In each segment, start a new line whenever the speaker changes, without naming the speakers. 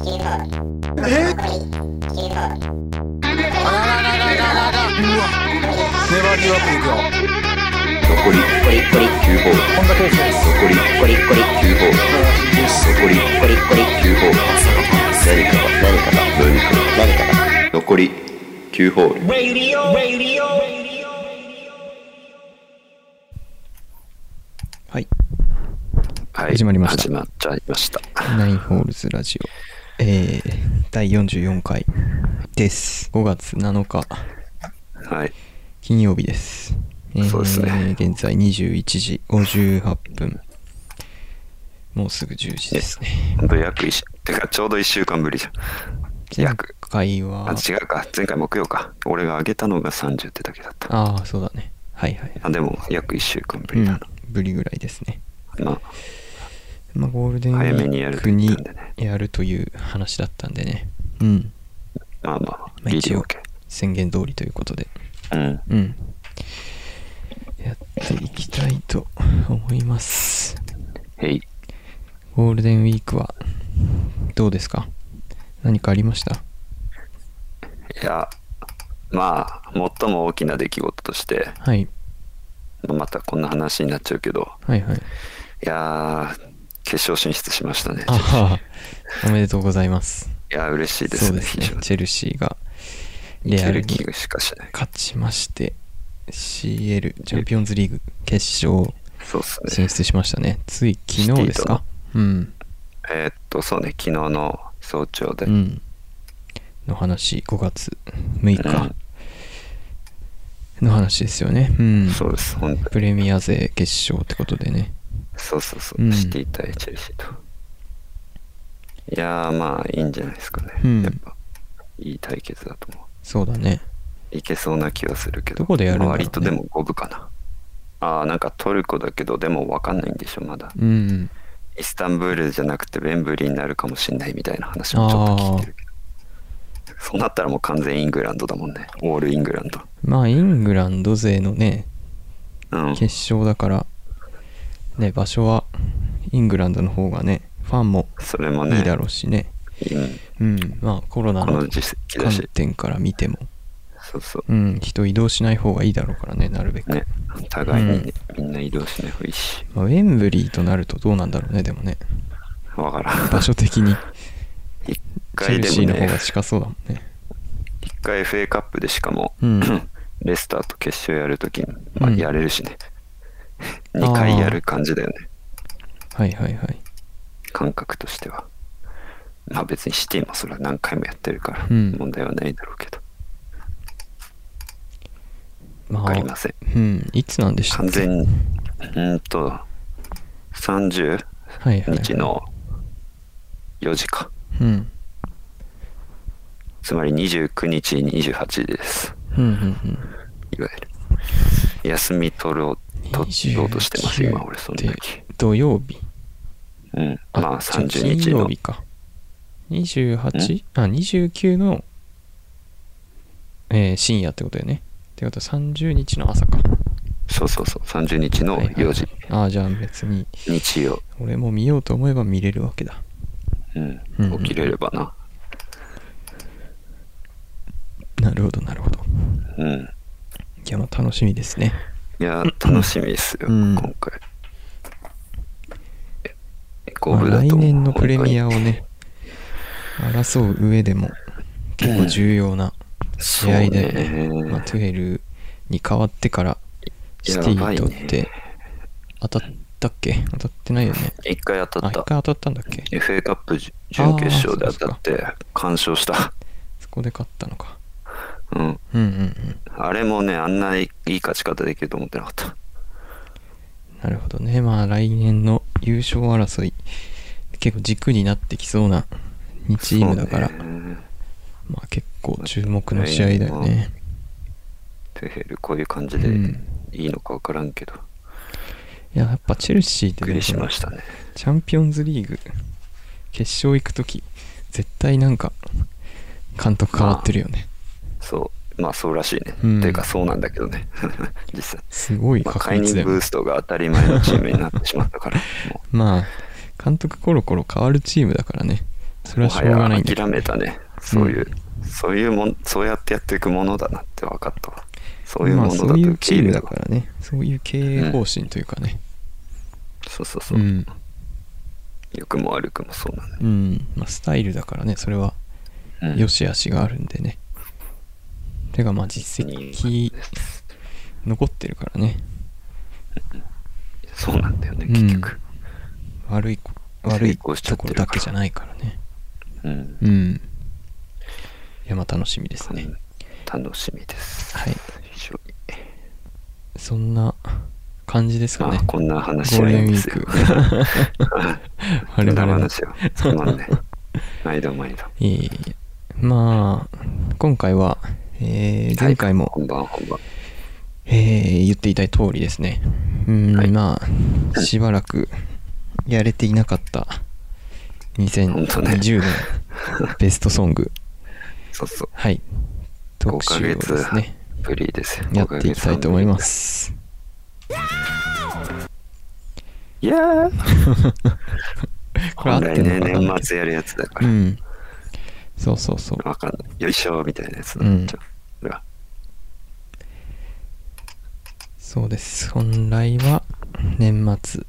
えあらららららららうわネバーギブアップいくよ
残り9ホール
本田圭佑です
残り9ホール残り9ホール何かが何かが何かが何かが残り9ホール
はい。
はい
始まりました
始まっちゃいました
ナインホールズラジオ。えー、第44回です。5月7日、
はい
金曜日です。えー
そうですね
現在21時58分。もうすぐ10時ですね。
ほんと約1てかちょうど1週間ぶりじゃん
前
約
回
あ
は、
違うか前回木曜か俺が上げたのが30ってだけだった
ああ、そうだね。はいはい。
あでも約1週間ぶ
う
りだ
ん
な、、
ぶりぐらいですね。
ま
まあ、ゴールデンウ
早めに
ィ
や
ー
ると
ク
言っ
に
たんでね
やるという話だったんでね。うん。
あまあまあ
まあ
ギリ
一応
OK
宣言通りということで。
うん
うん。やっていきたいと思います。
へい
ゴールデンウィークはどうですか何かありました
いやまあ最も大きな出来事として
はい。
またこんな話になっちゃうけど
はいはい。
いやー決勝進出しましたね
あはあおめでとうございます。
いやー嬉しいで
そ
す
う
ね
です
非常
ね。
に
チェルシーが
い
レア
け
ル
る
に
気がしかしない
勝ちまして、CL、チャンピオンズリーグ決勝
そうですね
進出しましたね。つい昨日ですかうん。
えーっとそうね昨日の早朝で、
うん。の話、5月6日の話ですよね。うん。
そうです本当に
プレミア勢決勝ってことでね。
そうそうそう、
うん
シティ対チェルシーといやーまあいいんじゃないですかね、
うん
やっぱいい対決だと思
そうだね。
ういけそうな気はするけど
どこでやるんだろうね
割とでも五分かなあーなんかトルコだけどでも分かんないんでしょまだ
うん。
イスタンブールじゃなくてベンブリーになるかもしんないみたいな話もちょっと聞いてるけどそうなったらもう完全イングランドだもんねオールイングランド
まあ、イングランド勢のね、
うん
決勝だから、ね、場所はイングランドの方がね、ファンも
それもね
いいだろうしね。
うん
うん。まあ、コロナ
こ
の
の実績だ
観
し
点から見ても、
そうそう
うん、人移動しない方がいいだろうからね、なるべく。
ね互いにね、みんな移動しない方がいいし
まあ、ウェンブリーとなるとどうなんだろうね、でもね。
わからん
場所的に、
一
チェ
回
ル
で
シー
も
の方
ね
が近そうだもんね。
一回 FA カップでしかも、
うん
レスターと決勝やるときに、まあ、
うん
やれるしね、
ー
二2回やる感じだよね
はいはいはい。
感覚としてはまあ別にシティもそれは何回もやってるから
うん
問題はないだろうけど、
ま
わかりません
うん、いつなんでしたっ
完
け
全にうーんと30
はいはいはい
日の4時か
うん
つまり29日28時です
うんうんうん
いわゆる休み取ろう取ろうとしてます今俺その
29っ
時
て土曜日
うんまあ30
違う
日
金曜
の
日か 28? あ29の、えー深夜ってことだよねってことは30日の朝か
そうそうそう30日の
はいはい
4時、
ああじゃあ別に
日曜、
俺も見ようと思えば見れるわけだ
うん
うんうん
起きれればな
なるほどなるほど
うん
いやまあ楽しみですね
いやー楽しみですよ、
うん
今回え五
まあ
分だと
来
思う
年のプレミアをね争う上でも結構重要な試合だよね
そうね
まあ、トゥエルに変わってからシティにとって当たったっけ当たってないよね
一回当
あ
たっ
一
た
回当たったんだっけ
FA カップじ準決勝で
あーそうですか
当たって完勝した、
そこで勝ったのか
うん、
うんうんうん
あれもねあんないいい勝ち方できると思ってなかった
なるほどねまあ来年の優勝争い結構軸になってきそうな2チームだから、
そうね
まあ結構注目の試合だよね
トゥヘルこういう感じで
うん
いいのか分からんけど、
いややっぱチェルシーっ
びってく
ね
りしましたね
チャンピオンズリーグ決勝行く時絶対なんか監督変わってるよね
そうまあそうらしいね、
うん
ていうかそうなんだけどね 実際
すごい
まあ
確
解
率
任
だよね
ブーストが当たり前のチームになってしまったから、も
まあ、監督コロコロ変わるチームだからね。 それ
も
はしょ
は
うがない
や
んだけど
諦めたね。そういう、そういうもん、そうやってやっていくものだなって分かったわ。そういうも
ま
の
あ
だと
そういう
受け
チ
入
ー
れ
ム
た
だからね。そういう経営方針というかね。
そうそうそうう。
ん。
良くも悪くもそうなのよ
うん。まあスタイルだからね、それは
うん
良し悪しがあるんでね。てかまあ実績残ってるからね。
そうなんだよね、
うん
結局。
悪いこ、悪いところだけじゃないからね。
うん
うん。いや、まあ楽しみですね。
楽しみです。
はい。
非常に
そんな感じですか
まあ
ね。
こんな話
ゴー
は
ル
いい
デン
ん
ウ
で
ィ
す
ー
よ
ク。
こ
我
んな
々の。
話は。そうな んね。毎度毎度。
いえいえいえまあ、今回は、えー前回も、
本番本番。
えー言っていた通りですね。うん、
はい
まあ、しばらくやれていなかった
本当ね
2020年ベストソング、
そうそう。
はい、
5
特
ヶ
集をで
月
すね、
ぶりですよ。
やっていきたいと思いま。す。
いやー、
これ合っ
本
てる
来ね、
のかな
年末やるやつだか
う
ら。
ん。そうそうそう。
わかんない。よいしょーみたいなやつになっちゃう。それは
そうです。本来は年末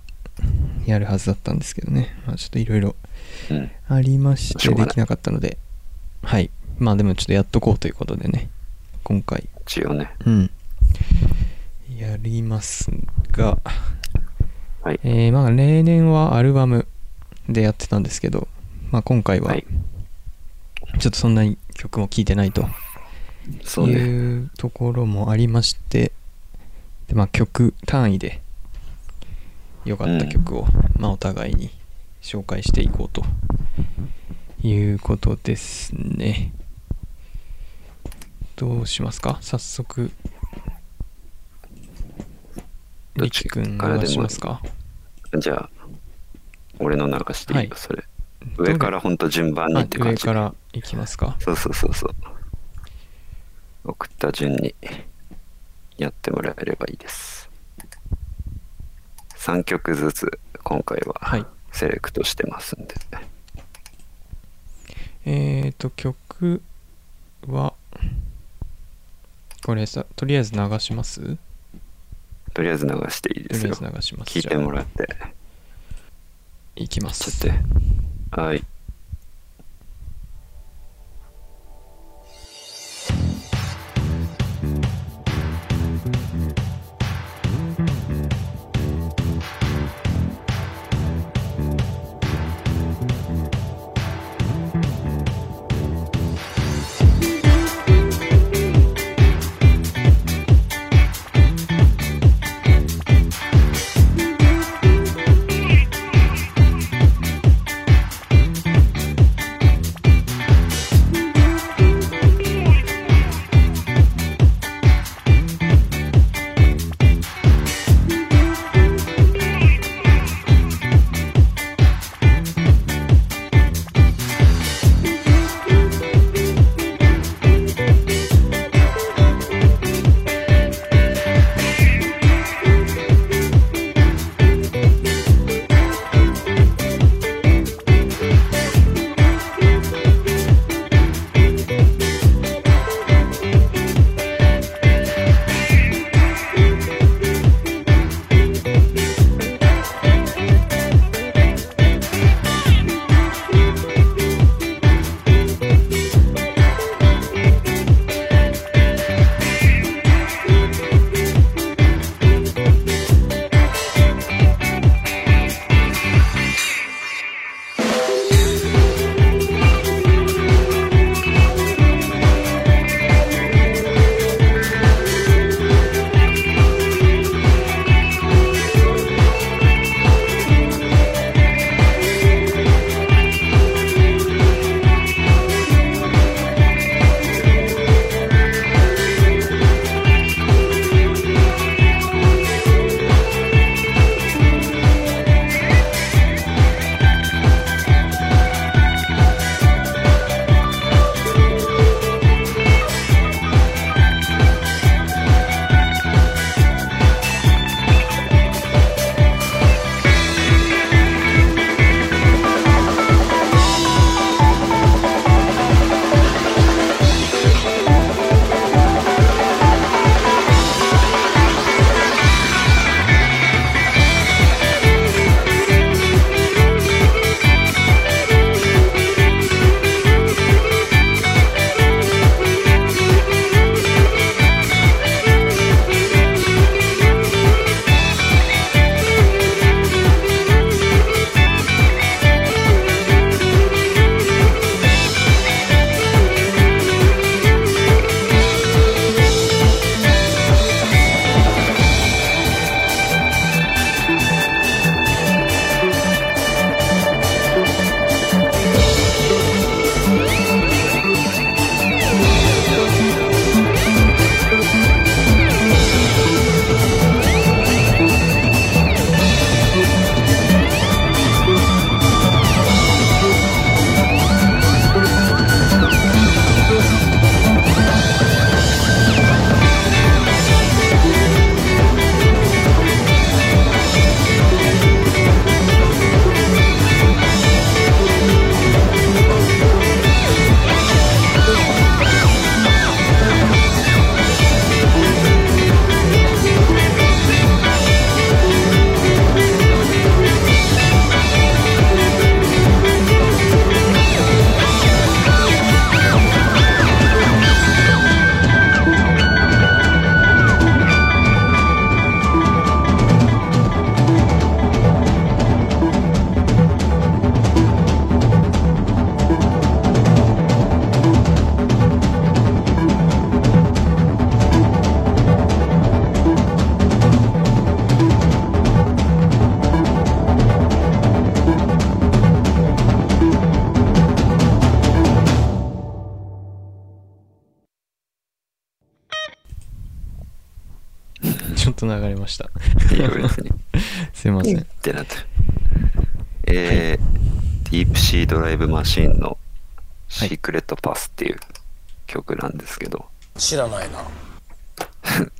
やるはずだったんですけどね。まあ、ちょっといろいろ
うん。
ありまし
しょ
て
うがな
で
い
きなかったので、はい。まあでもちょっとやっとこうということでね、今回、
一応ね。
うん。やりますが、
はい。
えー、まあ例年はアルバムでやってたんですけど、まあ今回は
はい。
ちょっとそんなに曲も聴いてないと
そうね。
いうところもありましてで、まあ、曲単位で良かった曲を、まあ、お互いに紹介していこうということですねどうしますか早速
どっ
り
ち
きくん
からでも
流しますか
じゃあ、俺の流して
はい
い
い
よ、それ。上からほんと順番に
あ
って感
上
じ
か。らいきますか
そうそうそうそう。送った順にやってもらえればいいです。3曲ずつ今回
はい
はセレクトしてますんで。
えーと曲はこれさとりあえず流します
とりあえず流していいで
と
す
りあえ
よ
ず。流します。
聞いてもらって。
じゃあいきます。
ちょっと。はい。
「
と流れました。
いいよ別に
す いません。
ってなってえーディープシードライブマシンの「シークレットパス」っていう曲なんですけど、
知らないな。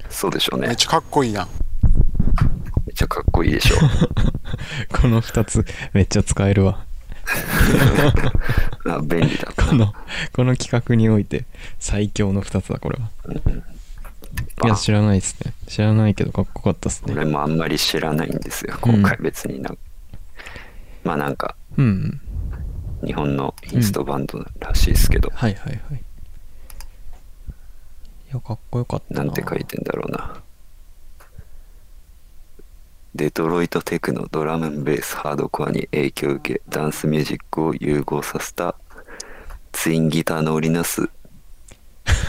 そうでしょうね
めっちゃかっこいいな。
めっちゃかっこいいでしょう
この2つめっちゃ使えるわ。
あ便利だ
こ
な
の、この企画において最強の2つだ、これは。い
ま
や、
あ
知らないですね。知らないけどかっこよかったですね。
俺もあんまり知らないんですよ今回別にな、まあなんか
うん。
日本のインストバンドらしいですけど、
はいはいはい。いや、かっこよかったな。
なんて書いてんだろうなデトロイトテクノドラムベースハードコアに影響を受けダンスミュージックを融合させたツインギターの織りなす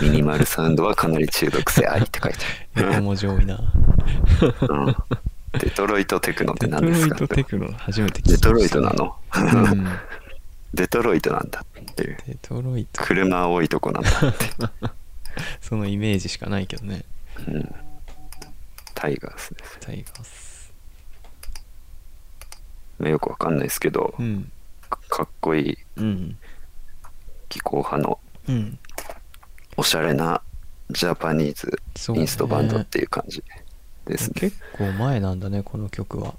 ミニマルサウンドはかなり中毒性ありって書いてあ
横
る、
文字多い な。
うんデトロイトテクノって
デト
何で
ロ
す
イ
か
トテクノ初めて聞いた。
デトロイトなの、
うん
デトロイトなんだっていう
デトロイト、
車多いとこなんだって、
そのイメージしかないけどね。
うん、タイガースです
タイガース。
まあよくわかんないですけど
うん。
かっこいい
うん。
気候派の
うん。
おしゃれなジャパニーズ
そう、
イ
ね。
ンストバンドっていう感じですね。
結構前なんだね、この曲は。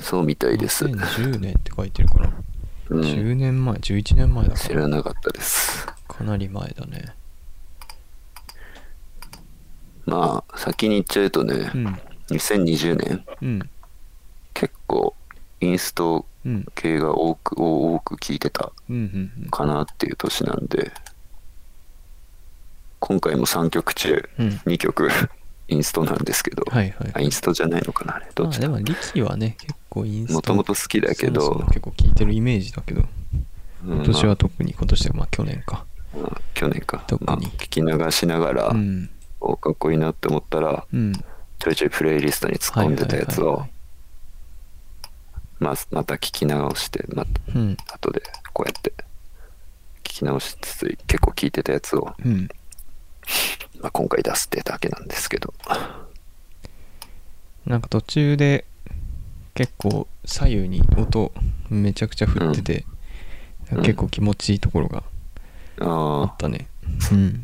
そうみたいです。
2010年って書いてるから。
うん、
10年前、11年前だか
知
ら。
らなかったです。
かなり前だね。
まあ先に言っちゃうとね、
うん。
2020年
うん。
結構インスト
うん。
系が多く多く聞いてた
うん。うん。
かなっていう年なんで今回も3曲中
うん。うん
2曲 インストなんですけど、
はいはい。
あインストじゃないのかなあれど
ま
っ
あ
ち
で
だ
も、リキはね、結構インスト
もともと好きだけど
そうそう結構聴いてるイメージだけど、
うん
今年
ま
は特に、今年はまあ去年か。
あうん去年か、
特に
まあ、聞き流しながら、
うん。
おかっこいいなって思ったら
うん。
ちょいちょいプレイリストに突っ込んでたやつ
はいはい
を
はい
まあまた聞き直してま
はいうん。
た後でこうやって聞き直しつつ結構聞いてたやつを、
うん。
まあ、今回出すってだけなんですけど
なんか途中で結構左右に音めちゃくちゃ振ってて、
うん
結構気持ちいいところがあ
あ
っ
あ
たね。うん。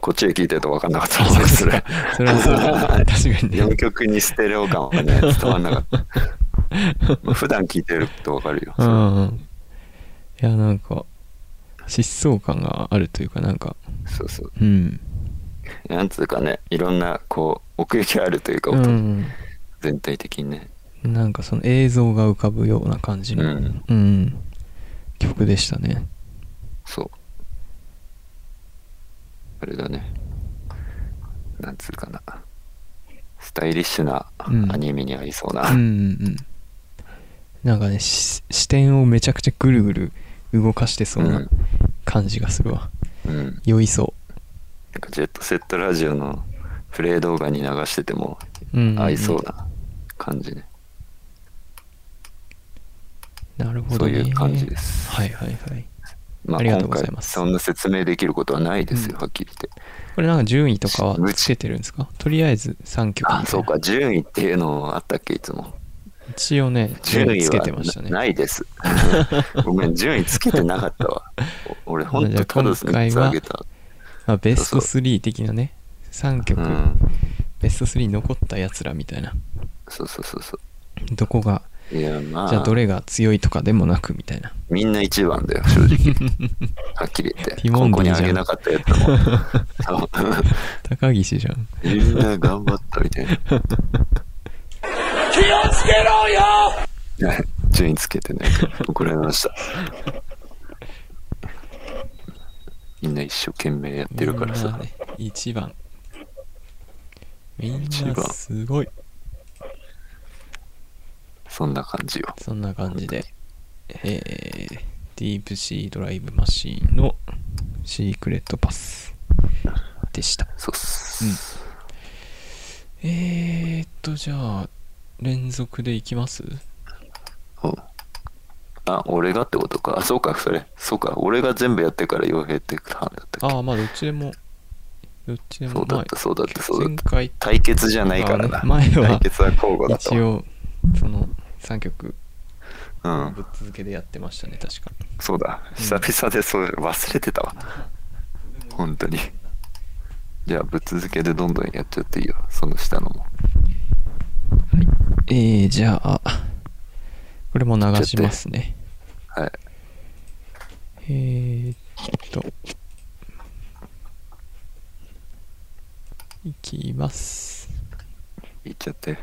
こっちで聞いてると分かんなかったですそ れ
それはそうだね確かにね
4。曲にステレオ感 はね伝わんなかったまあ普段聞いてると分かるよ
う
それ
んうん。いや、なんか、疾走感があるというか、なんか、
そうそう
うん。
なんつうかねいろんなこう奥行きあるというか
う
音、
ん。
全体的にね
なんかその映像が浮かぶような感じの、
うん
うん曲でしたね。
そう。あれだね。なんつうかな。スタイリッシュな
うん
アニメに合いそう
うんうん
な。
うん。なんかね、し視点をめちゃくちゃぐるぐる動かしてそうな感じがするわ。
うん。なん
酔いそ
かジェットセットラジオのプレイ動画に流してても
う。うんんん
合いそう。な感じね。
なるほ
そ
ど、
う
ね。
いう感じです
はいはいはい。
ま
あ
あ
りがとうご
今
ざい
回
ます
そんな説明できることはないですよ、
うん
はっきり言って。
これなんか順位とかはつけてるんですかとりあえず3曲みたいな
あ、そうか。順位っていうのあったっけいつも。
一応ね、
順位
つ
は
けてましたね。
なないです。 ごめん、順位つけてなかったわ。お俺、ほんとタドス3つあげた。
まあ、ベスト
そうそ
3的なね、3
う
曲、
ん。
ベスト3残ったやつらみたいな。
そうそうそうそ
どこが、
う。いや、まあ、
じゃあどれが強いとかでもなくみたいな。
みんな一番だよ、正 直。はっきり言って。
ティモンディ
ここ
じゃ
に
ん
あげなかったやつも。
高岸じゃん。
みんな 頑張ったみたいな。気をつけろよ順位つけてね、怒られました。みんな一生懸命やってるから
みんな
さ。
ね、1番。みん
一
な
番
すごい。
そんな感じよ。
そんな感じで、えー、ディープシードライブマシーンのシークレットパスでした。
そうっす。
えーっと、じゃあ、連続でいきます
うんあ、俺がってことか。あ、そうか、それ。そうか。俺が全部やってから傭兵ってターンだったっけ
ああ、まあ、どっちでも、どっちで
そ
も
うだったそうだったそうだった
前回
対決じゃないからな。
あの前は
対決は交互だった
一
わ。
応その3曲
うん。
ぶっ続けでやってましたね確か
そうだ。久々でそう忘れてたわ。本当に。じゃあ、ぶっ続けでどんどんやっちゃっていいよ。その下のも。
えー、じゃあこれも流しますね
はい。
えー、っと、いきます。
いっちゃって。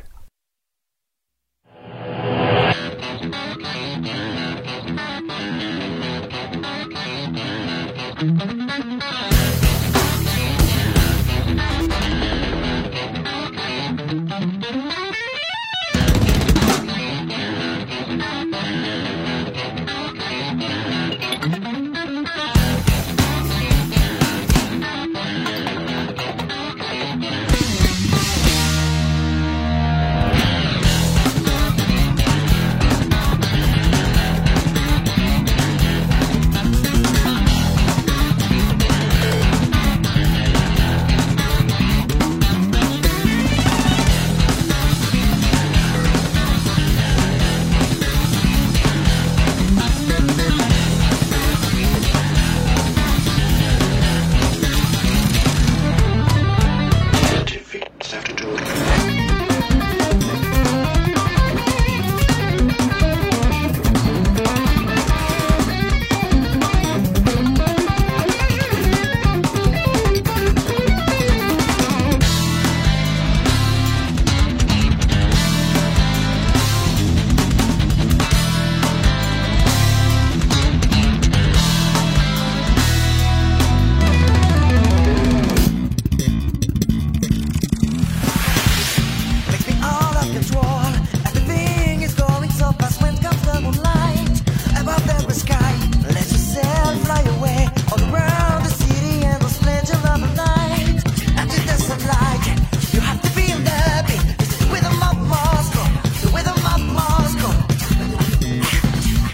Makes me all out of control. Everything is going so fast when comes the moonlight. Above the sky, let yourself fly away. All around the city and the splendor of the night. Under the sunlight, you have to be in the beat. This is the rhythm of Moscow. The rhythm of Moscow.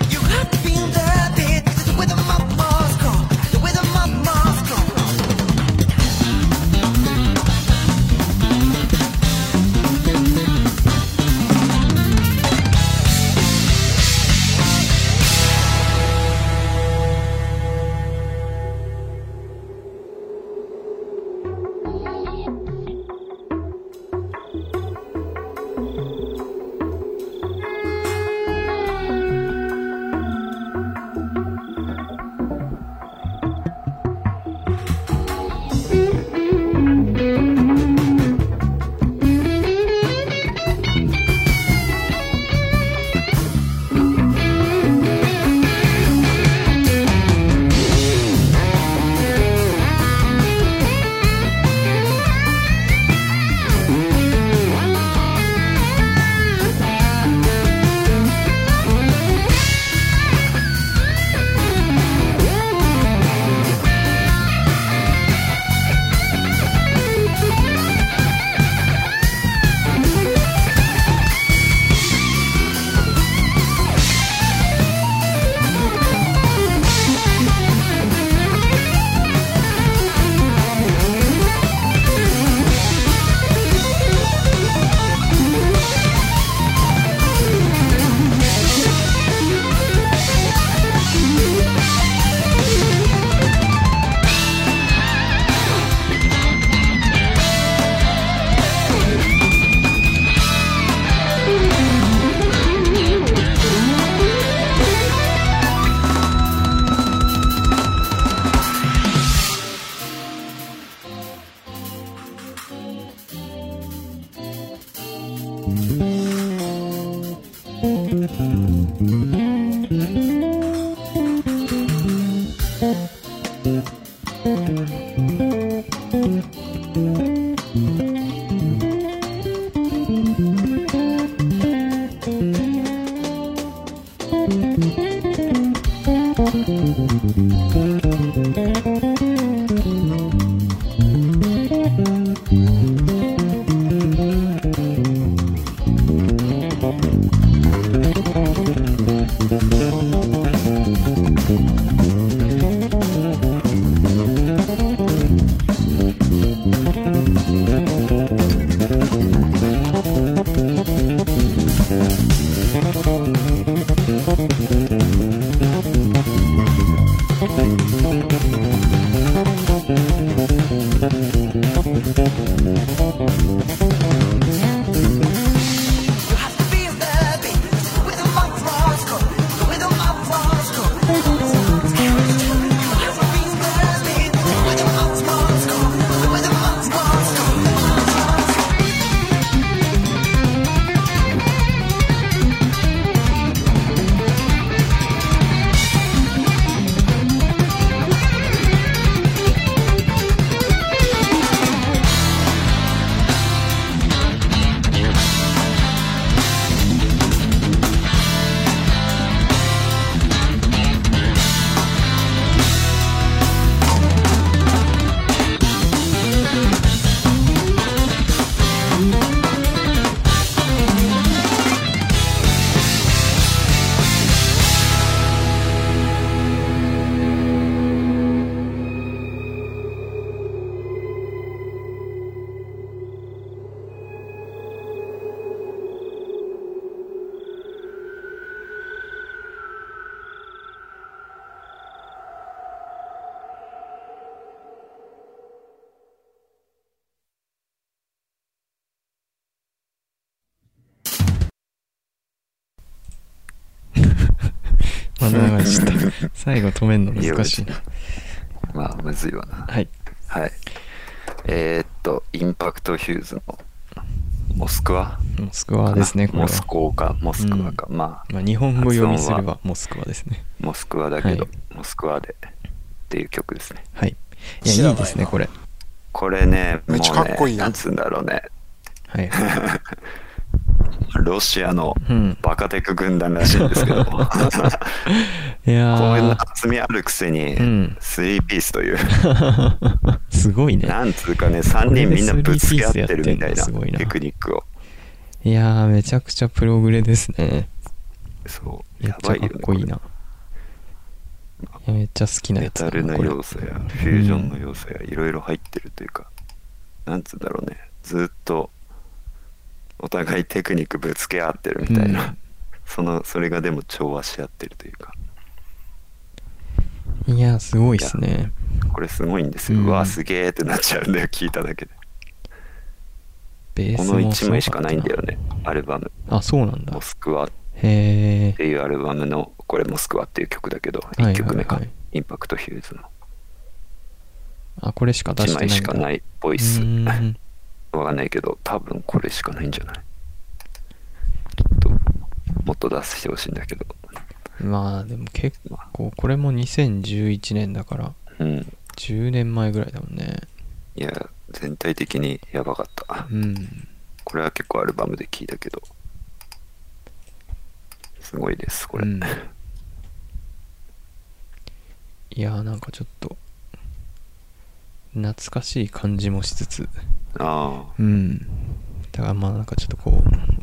You have to be in the beat. This is the rhythm of Moscow. The rhythm of Moscow. You have to be a baby with a mouth rosco, with a mouth rosco. You have to be a baby with a mouth rosco, with a mouth rosco.
まあ、長いでした。最後止めるの難しいな。
まあ、むずいわな。
はい。
はい。えーっと、インパクトヒューズのモスクワ
モスクワですね、これ
モ
は。
スコーか、モスクワか。まあ、
まあ、日本語読みすれ
発音
ばモスクワですね。
モスクワだけど、
は
モスクワでっていう曲ですね。
はい。い
知
や、
らない
い
い
ですね、これ。
これね、もう
めっちゃかっこいい
ね、
や
な
ん
んつうんだろうね。
はい。
ロシアの
うん
バカテク軍団らしいんですけ ど、こ
いや
ういう
ー、
厚みあるくせに
うん、
スリーピースという、
すごいね。
なんつうかね、3人みんなぶつけ合ってるみた
こ
いな
れでスリーピースやってんのすごいな
テクニックを。
いやー、めちゃくちゃプログレですね。
そう、
めっ
や
ちゃ
ばい
か
よ
っ
ね。
こいいな。いやめっちゃ好きな
メ
やつ
タ
だ
ル
な
の
これ
要素やフュージョンの要素やいろいろ入ってるというか、なんつうんだろうねずっとお互いテクニックぶつけ合ってるみたいな、
うん
そのそれがでも調和し合ってるというか
いや、すごいっすね。
これすごいんですよ、
う
うんわすげーってなっちゃうんだよ聞いただけで
ベー
こ
ス
の
もすご
1
か
枚
っ
したかないんだよ。ねアルバム
あ、そうなん
「
だ
モ。スクワ」っ
へ
ていうアルバムのこれ「モスクワ」っていう曲だけど
いはいはい
1曲目か、インパクトヒューズの
ー。あ、これしか出
1
してないん
枚
だ。
しかな
う
いボイス
ーん。
わかんないけど、多分これしかないんじゃないちょっと、もっと出してほしいんだけど。
まあ、でも結構、これも2011年だから、
うん。
10年前ぐらいだもんね。
いや、全体的にやばかった
う。ん。
これは結構アルバムで聞いたけど。すごいです、こ
う
れ。
んいやー、なんかちょっと、懐かしい感じもしつつ、
ああ、
うん。だからまあなんかちょっとこう、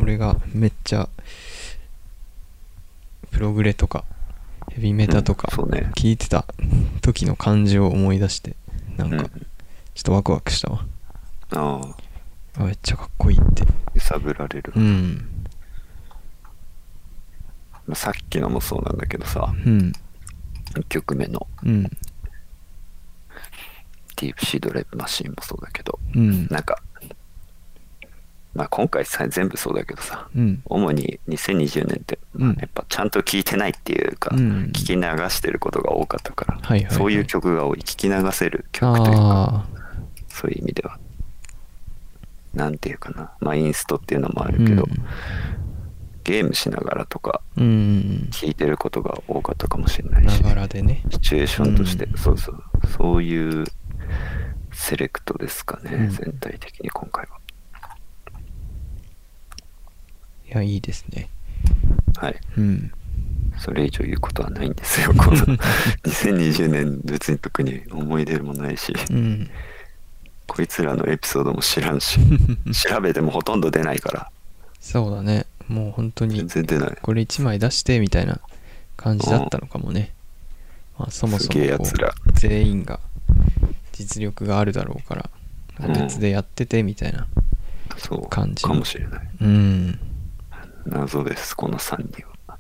俺がめっちゃ、プログレとか、ヘビメタとか
うん、そうね
聞いてた時の感じを思い出して、なん
うん
か、ちょっとワクワクしたわ。
ああ、
あ、めっちゃかっこいいって。
揺さぶられる
う。ん。
まあさっきのもそうなんだけどさ、
うん。
1曲目の
うん。
ディープシードライブマシーンもそうだけど、
うん。
なんか、まあ今回さ、全部そうだけどさ、
うん。
主に2020年って、
うん
やっぱちゃんと聞いてないっていうか、
うん
聞き流してることが多かったから、
はいはいはい
そういう曲が多い聞き流せる曲というか
ああ。
そういう意味ではなんていうかなまあインストっていうのもあるけど、ゲームしながらとか
うん。うん。
聞いてることが多かったかもしれない
な
し
がらでね。
シチュエーションとして、
うん
そうそうそういうセレクトですかね、
うん
全体的に今回はい
や、いいですね。
はい
うん。
それ以上言うことはないんです よ。この2020年別に特に思い出もないし、
うん。
こいつらのエピソードも知らんし、調べてもほとんど出ないから、
そうだね。もう本当に
全、然出ない。
これ1枚出してみたいな感じだったのかもね。まあ、そもそ
すげえ
もこ
奴ら
う全員が実力があるだろうから、
うん
別でやっててみたいな。
そうか
感じ
もしれない。
うん。
謎です、この3人は。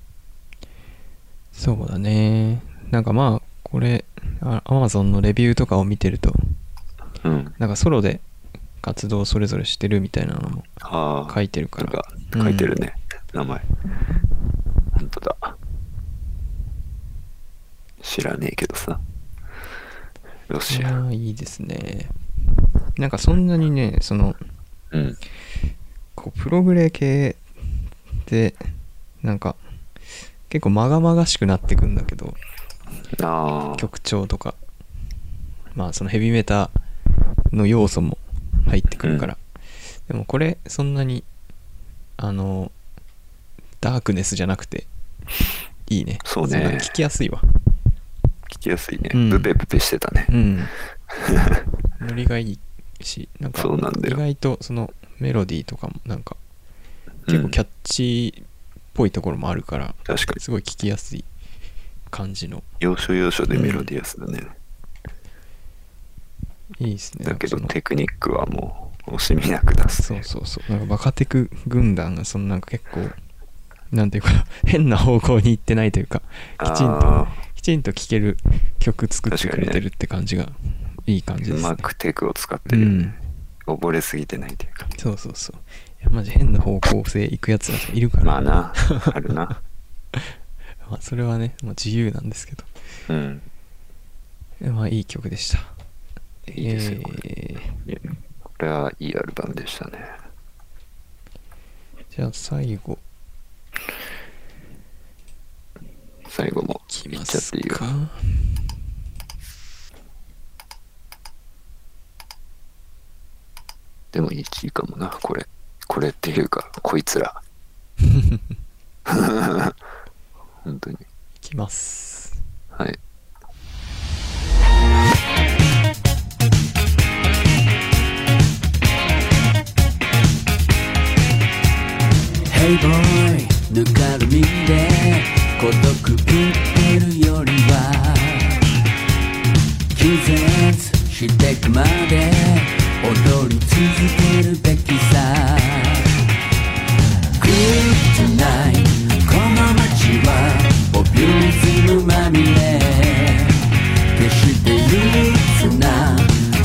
そうだね。なんかまあ、これ、あ Amazon のレビューとかを見てると、
うん。
なんかソロで活動それぞれしてるみたいなのも
ああ。
書いてるか
なん
ら
か。書いてるね、名前。本当だ。知らねえけどさ。ロ
い
シ
や
ア。
ーいいですね。なんかそんなにね、その、
うん。
こうプログレ系って、なんか、結構まがまがしくなってくんだけど、
ああ。
曲調とか、まあそのヘビメタの要素も入ってくるから、でもこれ、そんなに、あの、ダークネスじゃなくて、いいね。
そうね
んな聞きやすいわ。
聞きやすいね。
うん
ブペブペしてたね
う。ん。 ノリがいいし、なんか、
そうなんだ
意
よ
外とそのメロディーとかも、なんか、結構キャッチーっぽいところもあるから、
うん確かに。
すごい聞きやすい感じの、
要所要所でメロディアスだね。
いいですね。
だけど
なんか
テクニックはもう惜しみなく出す
そ
ね、
のそうそうそう。なんかバカテク軍団が、そのなんか結構、なんて いうか、変な方向に行ってないというか、きちんと
あ、
きちんと聴ける曲作ってくれてるって感じが、いい感じ
ー
で
う
すね。
まくテクを使って
う
るよ
ん
ね、。溺れすぎてないというか。
そうそうそう。いや、マジ変な方向性行くやつらいるから。
ま あな、あるな。
まあそれはね、もう自由なんですけど。
うん。
えまあ、いい曲でした。
いいですよ、これ。
えー
これはいいアルバムでしたね。
じゃあ最後、
最後も
き
いっ
ま
ちゃっ
す
ていいよ。
か。
でも1位かもな、これ。これっていうか、こいつら。本当に。
いきます。
はい。
Hey boy ぬかるみで孤独言ってるよりは気絶してくまで踊り続けるべきさ Good night この街はオピュリズムまみれ決して憂鬱な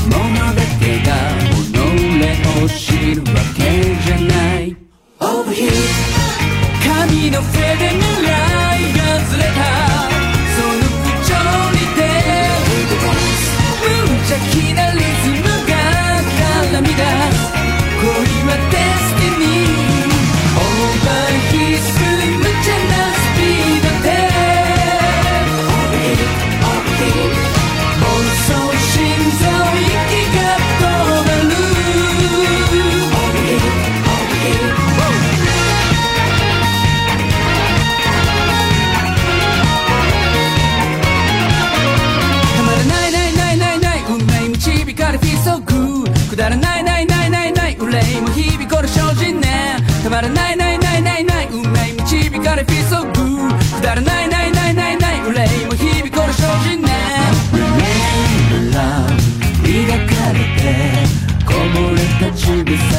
ものだけが己を知るわけじゃない Over here 神の手で未来がずれたその不調にて無邪気なリズムが絡み出す恋はデスティニーオーバーヒス無茶なスピードで Over here, over here 放送心臓息が止まるたまらないないないないない運命導かれ feel so good くだらないないないないない憂いも響こる精進ねたまらないないないないない運命導かれ feel so good くだらないないないないない憂いも響こる精進ね Remember love 描かれてこぼれたちぐさ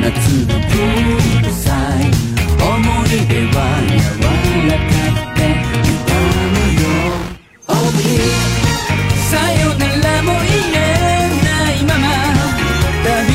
夏のプールさえ思い出は柔らかくて痛むよ Over here さよならも言えないまま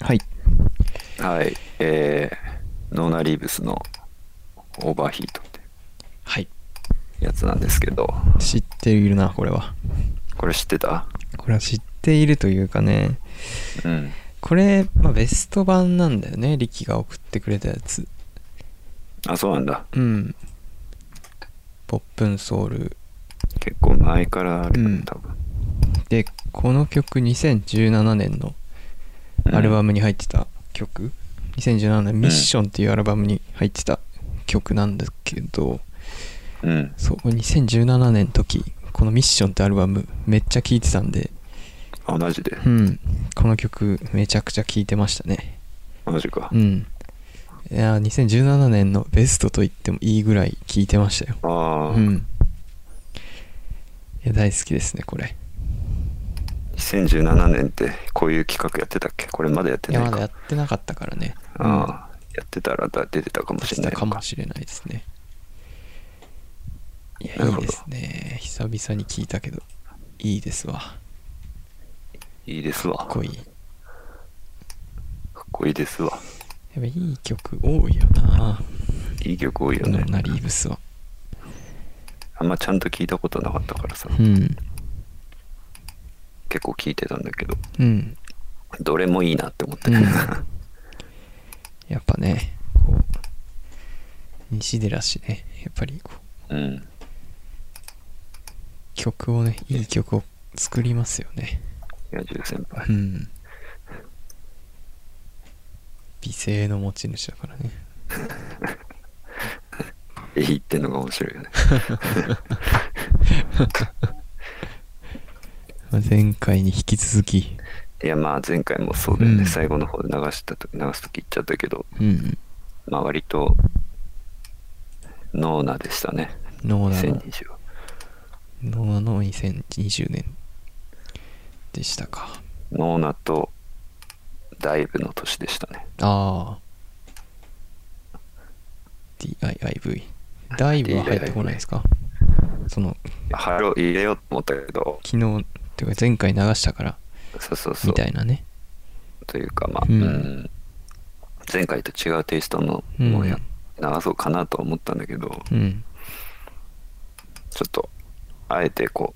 はい、えー、ノーナ・リーブスのオーバーヒートって
はい
やつなんですけど、
知っているなこれは
これ知ってた
これは知っているというかね
うん。
これ、まあ、ベスト版なんだよねリキが送ってくれたやつ
あ、そうなんだ。
うんポップンソウル
結構前からある
うん
多分。
でこの曲2017年のアルバムに入ってた曲、2017年「ミッション」っていうアルバムに入ってた曲なんですけど
ム。うん。
そう2017年の時この「ミッション」ってアルバムめっちゃ聴いてたんで
あ、マジで。
うんこの曲めちゃくちゃ聴いてましたね
マジか
う。んいやー2017年のベストと言ってもいいぐらい聴いてましたよ
ああ、
うんいや大好きですねこれ
2017年ってこういう企画やってたっけこれまだやって
いや
な
ま
い
だ
か。
やってなかったからね
ああ、やってたらだ出てたかもしれない
た
の
か
か。
もしれないですねいや
なる
いい
ほど
ですね久々に聞いたけどいいですわ
いいですわ。か
かっこいいや
っこいいですわ。
っぱいい曲多いよない
い曲多いよ
ノ
ね
ー。ナリーブスは
あんまちゃんと聞いたことなかったからさ、
うん
結構聞いてたんだけど、
うん
どれもいいなって思って。
う
うん ん、
やっぱねこう西寺氏ねやっぱりこう曲をねいい曲を作りますよね
野獣先輩
う。ん美声の持ち主だからね
えい言ってんのが面白いよ ね。
まあ前回に引き続き
いや、まあ前回もそうだよね。
うん
最後の方で流したと、流すとき言っちゃったけど、
うん
まあ割と、ノーナでしたね。
ノーナの
2020は。
ノーナの2020年でしたか。
ノーナと、ダイブの年でしたね。
ああ。DIIV。ダイブは入ってこないですかその、
ハロー入れようと思ったけど、
昨日、てか前回流したから、
そうそうそ
み
う。
たいなね。
というか、まあ、
う
うんん。前回と違うテイストの
うん
もうや、流そうかなと思ったんだけど、
うん。
ちょっと、あえてこ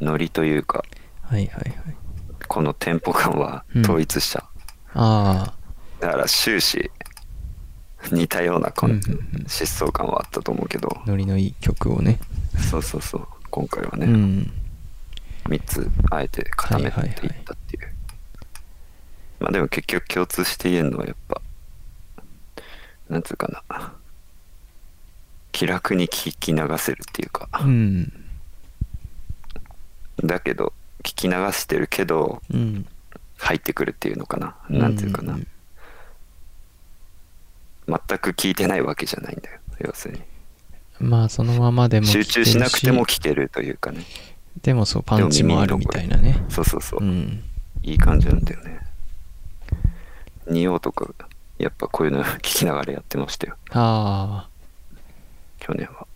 う、ノリというか、
はいはいはい。
このテンポ感は
うん
統一した。
あ
だから終始、似たようなこ
うん
ん
うんうん
疾走感はあったと思うけど、
あ、ノリのいい曲をね。
そうそうそう、今回は
う
ね、
ん。
3つあえて固めて
はい
い
はいはい
ったっていう。まあでも結局共通して言えるのはやっぱ、なんつうかな、気楽に聞き流せるっていうか、
うん。
だけど、聞き流してるけど、
うん。
入ってくるっていうのかな、なんていうかな、
ん
全く聞いてないわけじゃないんだよ、要するに。
まあ、そのままでも聞け
集
る。
中しなくても聞けるというかね、
でもそう、パンチもあるみたいなね。
そうそうそう、
うん。
いい感じなんだよね。仁王とか、やっぱこういうの聞きながらやってましたよ、
ああ。
去年は。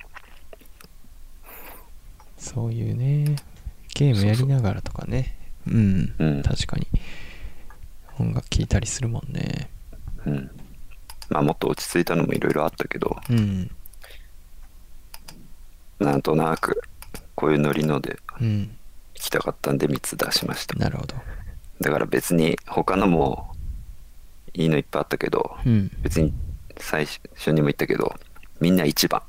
そういうね、ゲームやりながらとかね。うん、
うん
確かに。音楽聴いたりするもんね。
うん。まあもっと落ち着いたのもいろいろあったけど、
うん、
なんとなく、こういうノリので
うん。
聞きたかったんで3つ出しました。
なるほど。
だから別に他のもいいのいっぱいあったけど、
うん。
別に最初にも言ったけどみんな一番っ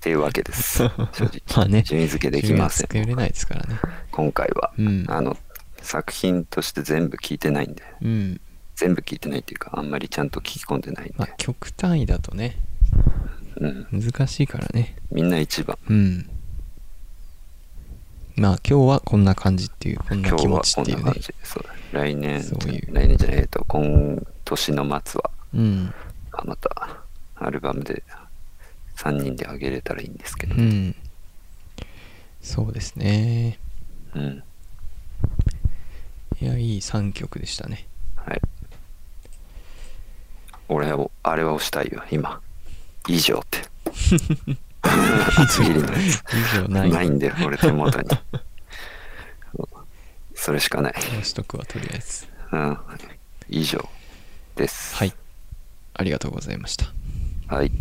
ていうわ けです正直
まあね
順位付けできませ
順位は作れ
ん
ないですからね。
今回は、
うん
あの作品として全部聞いてないんで
うん。
全部聞いてないっていうかあんまりちゃんと聞き込んでないんで、
まあ、極単位だとね、
うん、
難しいからね。
みんな一番
うん。まあ、今日はこんな感じっていう、こんな
今
気
日
持
は
ち
こ
っ
ん
てい
な
う
感
ね。
じそう来年
そういう
来年じゃないえっと今年の末は
うん。
あまたアルバムで3人であげれたらいいんですけど、
うん。そうですね。
うん
いや、いい3曲でしたね。
はい。俺を、あれは押したいよ、今。以上 って。次に
以上ない。
ないんだよ、俺手元に。それしかない。
押しとくわ、とりあえず。
うん。以上。です。
はい。ありがとうございました。
はい。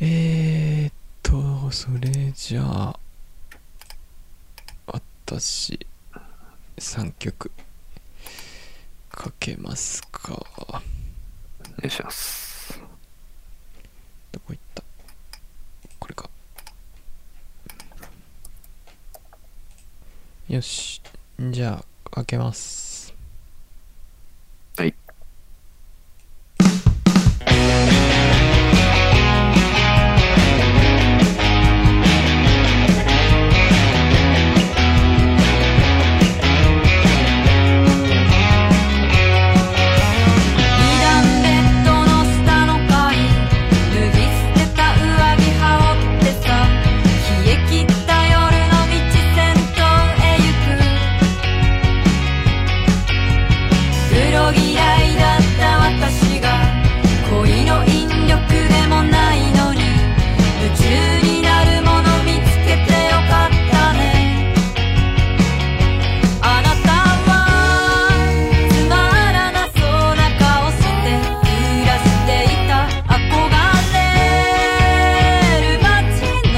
えー、っと、それじゃあ、私、3曲かけますか。
お願いします。
どこ行ったこれか。よし。じゃあ、かけます。
はい。
「二段ベッドの下の階」「脱ぎ捨てた上着羽織ってさ」「冷え切った夜の道先頭へ行く」「黒嫌いだった私が恋の引力でもないのに」「夢中になるもの見つけてよかったね」「あなたはつまらなそうな顔して暮らしていた」「憧れる街の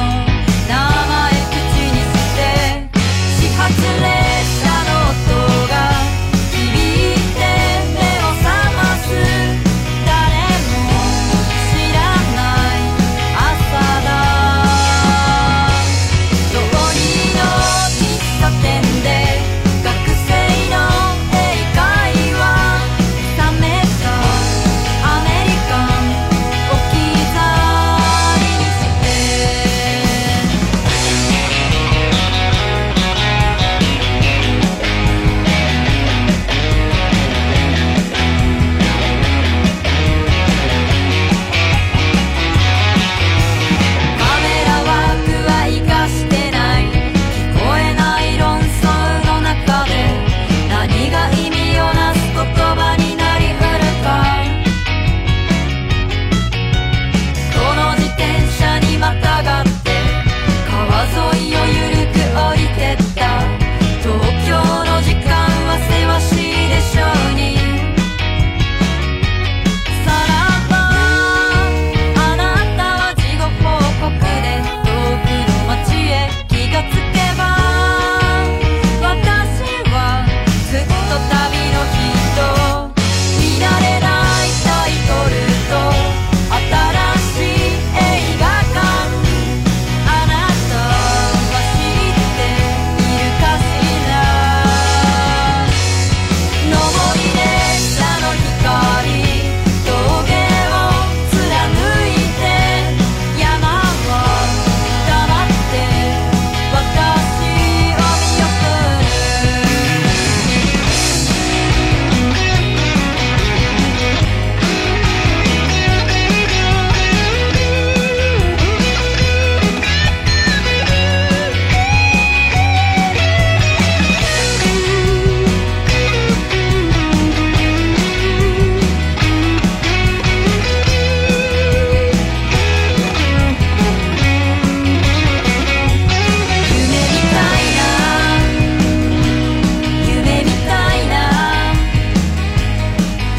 名前口にして」「始発列車の音が響いて目を覚ます」「誰も知らない朝だ」「通りの喫茶店で学生の英会話」「冷めたアメリカンを置き去りにして」カメラワークは生かしてない聞こえない論争の中で何が意味をなす言葉になりうるかこの自転車にまたがって川沿いをゆるく降りてった東京の時間はせわしいでしょうに「さらばあなたは事後報告で遠くの街へ気がつけば」「私はずっと旅の人」「見慣れないタイトルと新しい映画館」「あなたは知っているかしら」「上り列車の光」「峠を貫いて山は黙って私を見送る」夢みたいな夢みたいな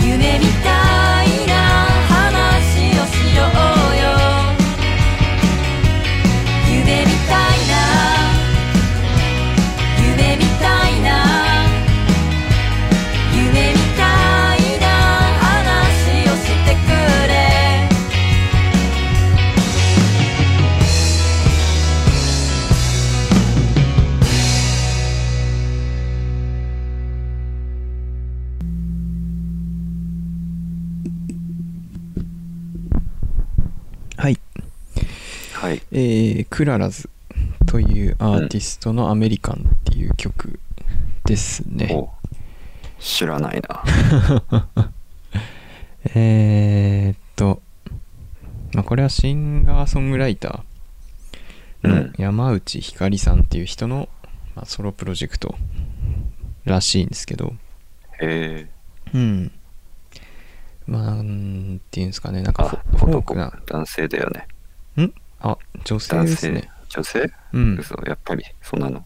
夢みたいな話をしようよ夢みたいな夢みたいな夢みたいな話をしてくれ
はい。
はい。
えー、クララズというアーティストのアメリカンっていう曲ですね。
お知らな いな。
えーっと、まあ、これはシンガーソングライター
う
の
ん
山内ひかりさんっていう人の、まあ、ソロプロジェクトらしいんですけど、
へえ。
うん。まあ、なんていうんですかね、なんか
あ
フォ、フォーク
男
な。。
男性だよね。
んあ、女性
男
です
性、
ね。
女性
うん。
嘘、やっぱり、そんなの。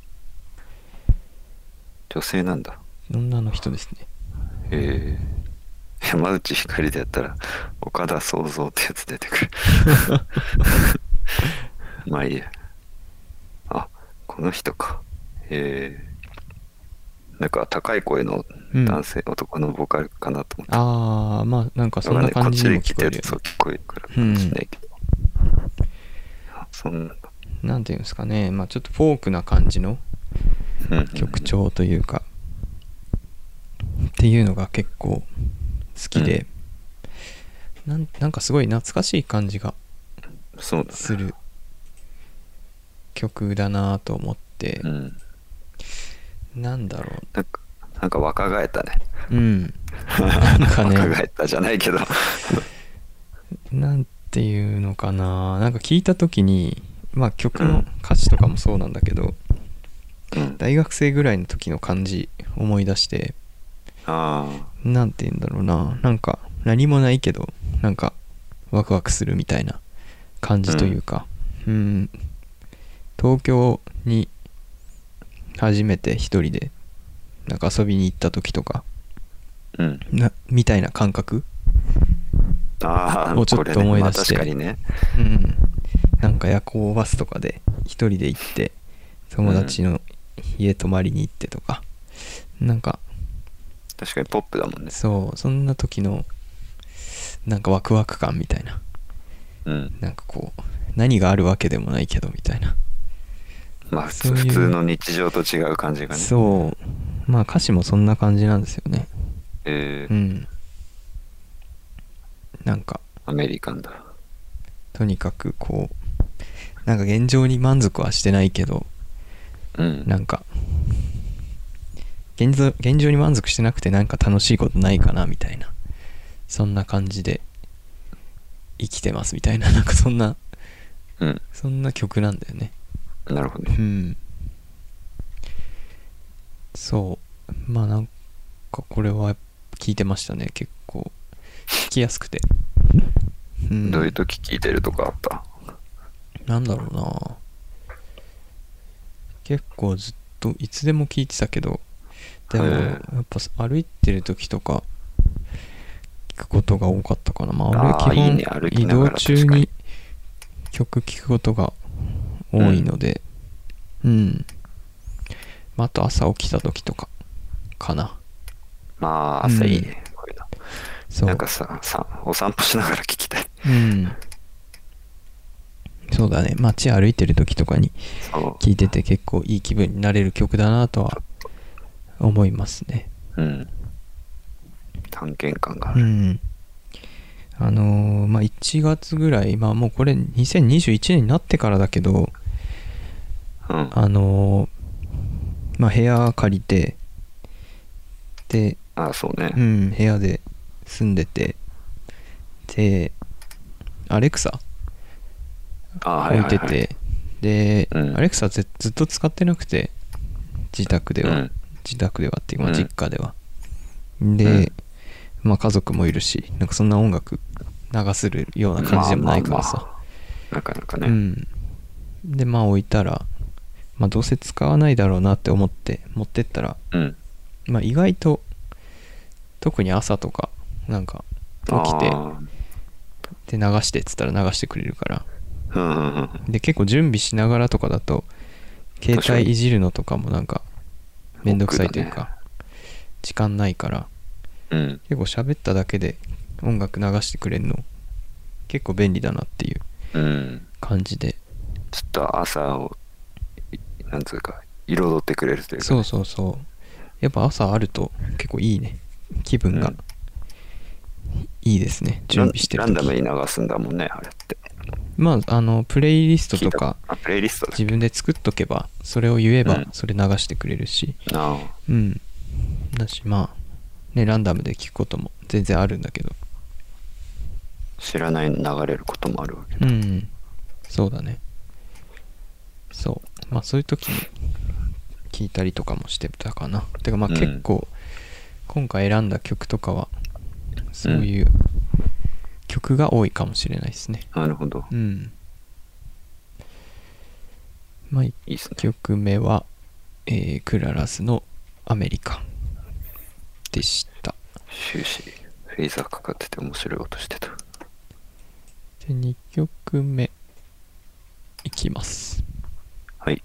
女性なんだ。
女の人ですね。
へえー、山内ひかりでやったら岡田創造ってやつ出てく るまあいいやあこの人かえー、なんか高い声の
うん
男性、男のボーカルかなと思って
ああ、まあなんかそんな
こっ
感
ち
じに
で
も
来
聞
て
こえ
る
るよ
と
ね
聞こえるからかもしれないけど、あそんな
なんていうんですかね、まあちょっとフォークな感じの
うん
曲調というか、っていうのが結構好きで、なんなんかすごい懐かしい感じが
そうだね
する曲だなぁと思って
う、ん
なんだろ
なんかなんか若返ったね
う、うん、 なんかね、
若返ったじゃな いけど
なんていうのかななんか聞いた時にまあ曲の歌詞とかもそうなんだけど、
うん
大学生ぐらいの時の感じ思い出して
あ
なんて言うんだろうななんか何もないけどなんかワクワクするみたいな感じというかうん東京に初めて一人でなんか遊びに行った時とか
あうん
なみたいな感覚
ああ
をちょっと思い出して
これねまあ、確
うん、なんか夜行バスとかで一人で行って友達の家泊まりに行ってとか、なんか
かにね確かにポップだもんね
そうそんな時のなんかワクワク感みたいな
うん
なんかこう何があるわけでもないけどみたいな、
まあ普
そ
通
ういう
普通の日常と違う感じがねう
そうまあ歌詞もそんな感じなんですよね
えー
うんなんか
アメリカンだ
とにかくこうなんか現状に満足はしてないけど
うん
なんか現状現状に満足してなくてなんか楽しいことないかなみたいなそんな感じで生きてますみたいななんかそんな
うん
そんな曲なんだよね
なるほ
う
どね
んそうまあなんかこれは聞いてましたね結構聞きやすくて、うん、
どういう時聞いてるとかあった
なんだろうな結構ずっといつでも聞いてたけどでも
へえ
やっぱ歩いてる時とか聞くことが多かったかなまあ俺
あー
基
いい
本
ね歩き
移
なが
動
ら
中
確か
に
に
曲聞くことが多いのでうん、まあ、あと朝起きた時とかかな
まあ朝いいね、こういうの
そう
なんかささお散歩しながら聞きたい
うんそうだね街歩いてる時とかに
そ
聴いてて結構いい気分になれる曲だなとは思いますね。
ううん探検感があ
う
る、
ん。あのーまあ1月ぐらい、まあもうこれ2021年になってからだけど、
うん、
あのーまあ部屋借りて、で、
あそうね、
うん、部屋で住んでて、で、アレクサ
あは
置
い
い
はい、
て
はい、
て、で、
うん
アレクサずずっと使ってなくて、自宅では。
うん
自宅ではっていうか、まあ
うん
実家では、
う
で
ん、
まあ家族もいるしなんかそんな音楽流せるような感じでもないからさ、
まあまあまあなかなかね、
うんでまあ置いたら、まあ、どうせ使わないだろうなって思って持ってったら、
うん、
まあ、意外と特に朝とかなんか起きて
あ
で
ー
流してっつったら流してくれるから
うんうんうん
で結構準備しながらとかだと携
確か
帯
に
いじるのとかもなんかめんどくさいという
億劫だ
か時間ないから
うん
結構喋っただけで音楽流してくれるの結構便利だなっていう
うん
感じで
ちょっと朝をいなんつうか彩ってくれるというか
そうそうそうやっぱ朝あると結構いいね気分が、
うん
いいですね準備してる
ランランダム
時
に流すんだもんねあれって
まああのプレイリスト
聞
と
いた
か
あプレイリストだ
自分で作っとけばそれを言え
う
ば
ん
それ流してくれるし
あ
うん、だしまあねランダムで聞くことも全然あるんだけど
ー知らないの流れることもあるわけ
うんそうだねそうまあそういう時に聞いたりとかもしてたかなてかまあ
うん
結構、今回選んだ曲とかはそういう曲が多いかもしれないですね
なるほど
うんまあ1
いいっすね
曲目は、えークララスの「アメリカン」でした
終始フェイザーかかってて面白い音してた
で2曲目いきます
はい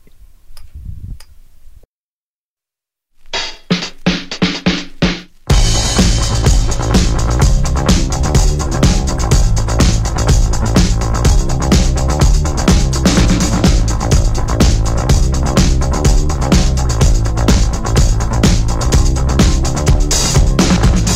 「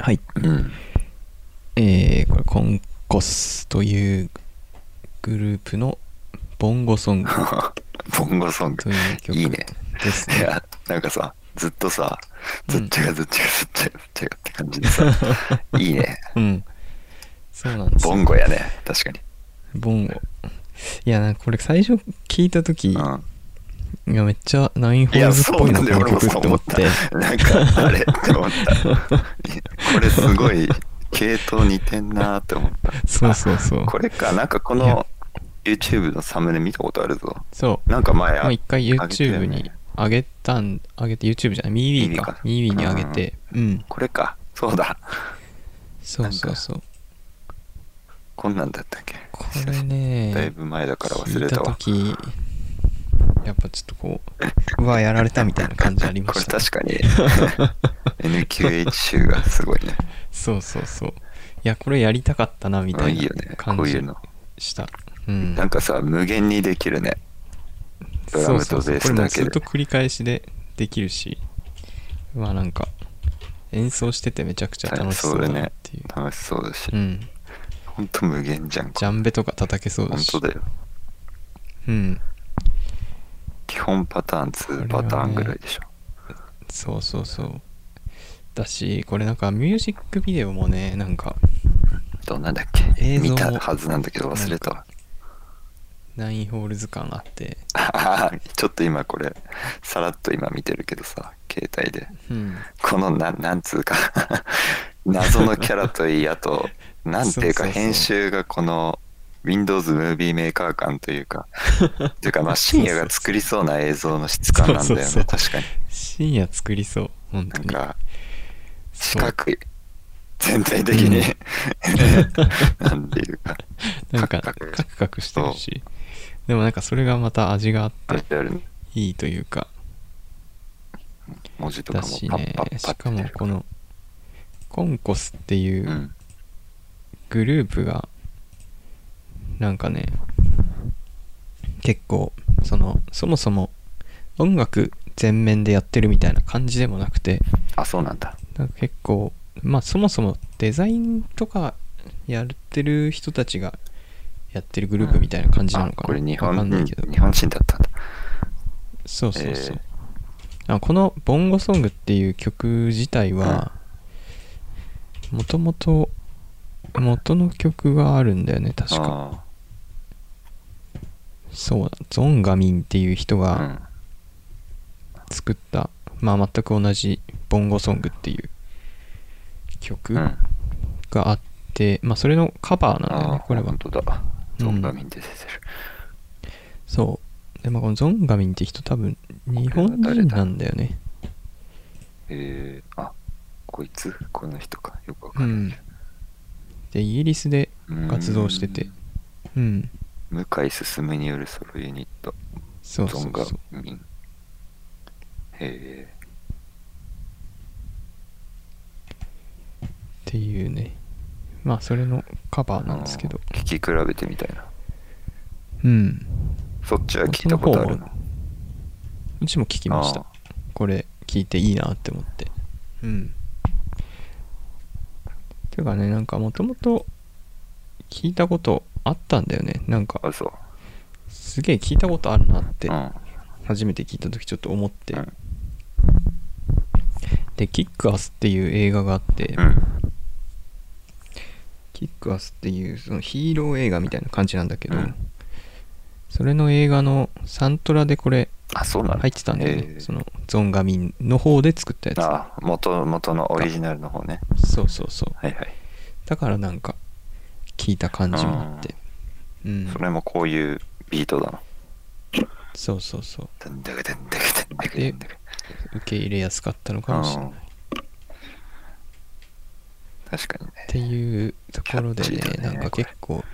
はい。
うん。
えー、これ、コンコスというグループのボンゴソング
ボンゴソング
という。曲
いいね。
です
い
ね。
や、なんかさ、ずっとさ、
う
ず
ん
っちゃがずっちゃがずっちゃがずっちゃがって感じでさ、 いいね。
うん。そうなんですよ
ボンゴやね。確かに。
ボンゴ。いや、なんかこれ最初聞いたとき、
う
いや、めっちゃナインホ
ん。い
ー
や、
ルズっ
そ
ぽ
う
い
な
なんこの
だよ。俺も
曲
そ
っ
う
て
思
思
っ
ったて。。
なんか、あれって思った。これすごい、系統似てんなーって思った。
そうそうそう。
これか、なんかこ
い
の
や
YouTube のサムネ見たことあるぞ。
そう。
なんか前、
まあ一回
あげたよ
YouTube
ね
に上げたん、上げて YouTube じゃない、MeWe か。
MeWe か
MeWe に上げて、うん。
これか。そうだ。
そうそうそう。
こんなんだったっけ。
これね、
だいぶ前だから忘
聞
れ
いた
たわ。
とき、やっぱちょっとこう、うわ、やられたみたいな感じありま
これ
したね。
確かに NQH 集がすごいね。
そうそうそう。いや、これやりたかったな、みた
あ
い
いいよね
な
こ
感
うい
じ
うの。
した。うん
な。んかさ、無限にできるね。ドラムとベー
これ
ス
もう
だけ
ずっ
で
と。繰り返しでできるしまあなんか演奏しててめちゃくちゃ楽しそうだなっていう、
楽しそうだし
う。ん
ほんと無限じゃん。
ジャンベとか叩けそう
ほ
だ
ん
し
とだよ。
うん
基本パターン、2パターンぐらいでしょ。
そうそうそうだしこれなんかミュージックビデオもねなんか
どんなんだっけ
映像
見
も
たはずなんだけど忘れた わ。
ナインホールズ感あって
ちょっと今これ、さらっと今見てるけどさ、携帯で。
うん
このななんつうか 謎のキャラといい あとなんていう
そうそうそ
か
う
編集がこの Windows ムービーメーカー感とい うかというかまあ深夜が作りそうな映像の質感なんだよね
そうそうそう
確かに
深夜作りそう本
な
当
ん
に
か四
そう
角い全体的に なんていうか
なんかカ
カクカク
クカクしてるしでもなんかそれがまた味があ
あ
って
る
いいというか
文字とか
だ
も
し
パッ
ね
パッパ
し
ッ
か
て
も
出る
このコンコスっていう、
うん
グループがなんかね結構そのそもそも音楽全面でやってるみたいな感じでもなくて
あそうなんだ
なんか結構まあそもそもデザインとかやってる人たちがやってるグループみたいな感じな
あ
のか
こ
な、
れ日
わ
本
かんないけど
日本人だったんだ
そうそうそう
え、
あこの「ボンゴソング」っていう曲自体はもともと元の曲があるんだよね確か
あ
そうだゾンガミンっていう人
あう
が
ん
作った、まあ全く同じボンゴソングっていう曲
うん
があって、まあそれのカバーなんだよ
ああ
ねこれは
本当だ。
うん
ゾンガミンで出てる。
そうでまあこのゾンガミンって人多分日本
これは誰
人
だ
なんだよね
えー、あこいつこの人か。よくわ
う
かん
ん
ない。
でイギリスで
うーん
活動しててうん
向井進によるソロユニット、
そうそ
ゾン
う
ガ
そう
ミン。へえ。
っていうねまあそれのカバーなんですけど
あー聞き比べてみたいな。
うん
そっちは聞いたことあ
こっ
る
ちの
の。
うちも聞きまし
あ
たこれ聞いていいなって思ってうんていうかねなんかもともと聞いたことあったんだよねなんか
あ、そう。
すげえ聞いたことあるなって
うん。
初めて聞いた時ちょっと思って
うん
で「キックアス」っていう映画があって
うん。
キックアスっていうそのヒーロー映画みたいな感じなんだけど
うん
それの映画のサントラでこれ
あ、そうなんだ。
入ってたんだよね
へー
そのゾンガミンの方で作ったやつ
あ元、元のオリジナルの方ね。
そうそうそう
はいはい。
だからなんか聞いた感じもあってうん
それもこういうビートだな。
そうそうそう
でんでけでんでけでんでけでんでけ。
受け入れやすかったのかもしれないっ
確かにね。
ていうところで
キャッチー
ね
だ
な
ね
んか結構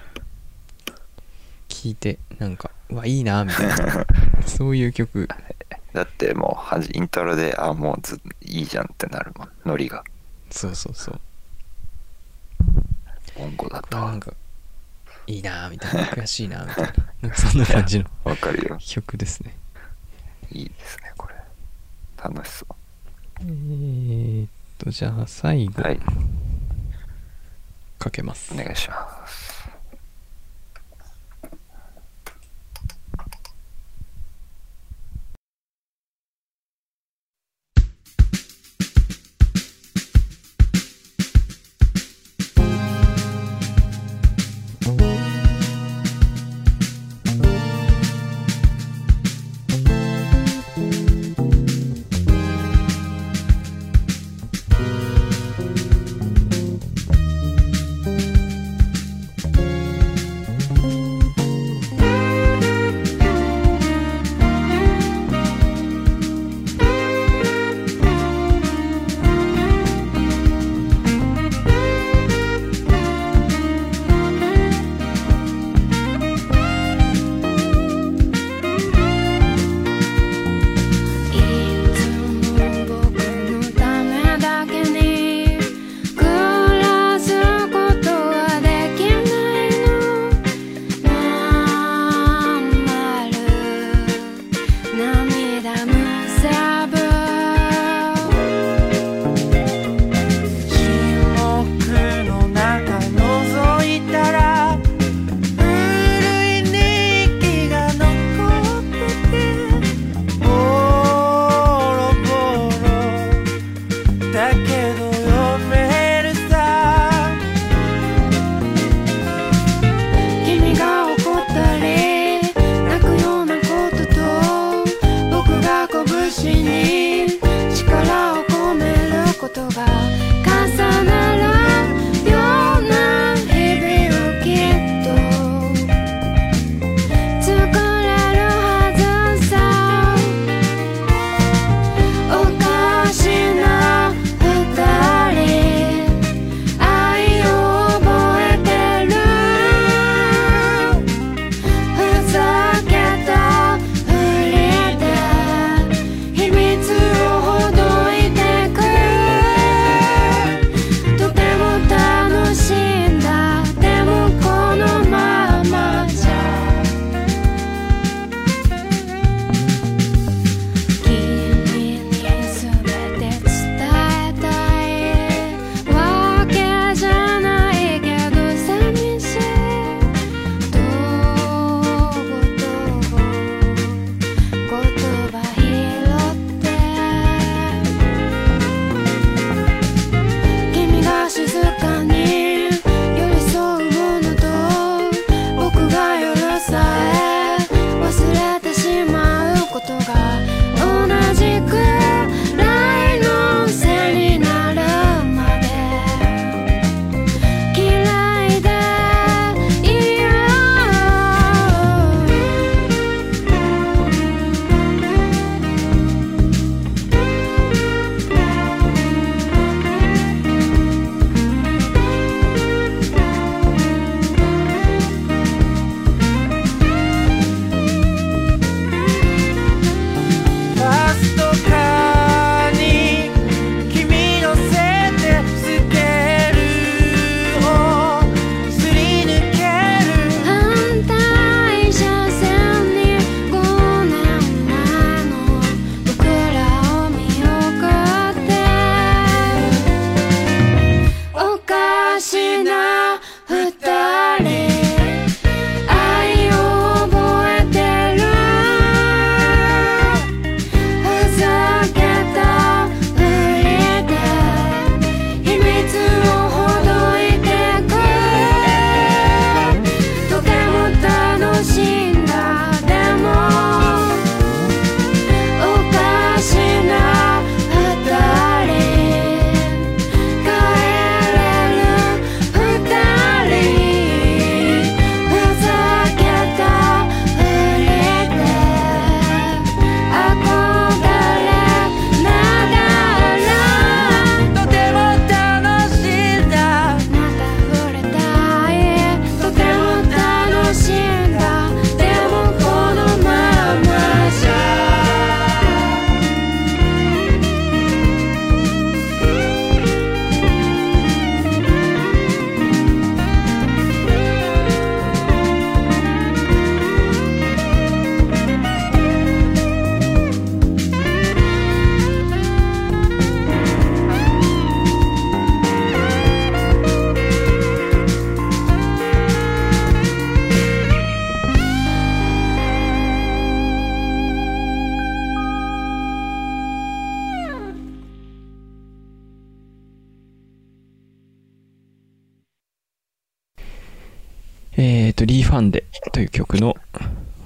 聞いてなんかうわいいなみたい なそういう曲
だってもうはじイントロであもうずいいじゃんってなるもんノリが
そうそうそう
音語だっ
これ
た
な
わ
んかいいなみたいな悔しいなみたいな なんかそんな感じの
わかるよ
曲ですね
いいですねこれ楽しそ
えーっとじゃあ最
う
後
はい
かけます
お。願いします。
「いつも僕のためだけに暮らすことはできないの」「まんまる涙むさぶ」
僕の中覗いたら古い日記が残っててボロボロだけど読めるさ
君が怒ったり泣くようなことと僕が拳に力を込めることが重なるような日々をきっと作れるはずさおかしな二人愛を覚えてるふざけたふりで秘密
と、リー・ファンデという曲の、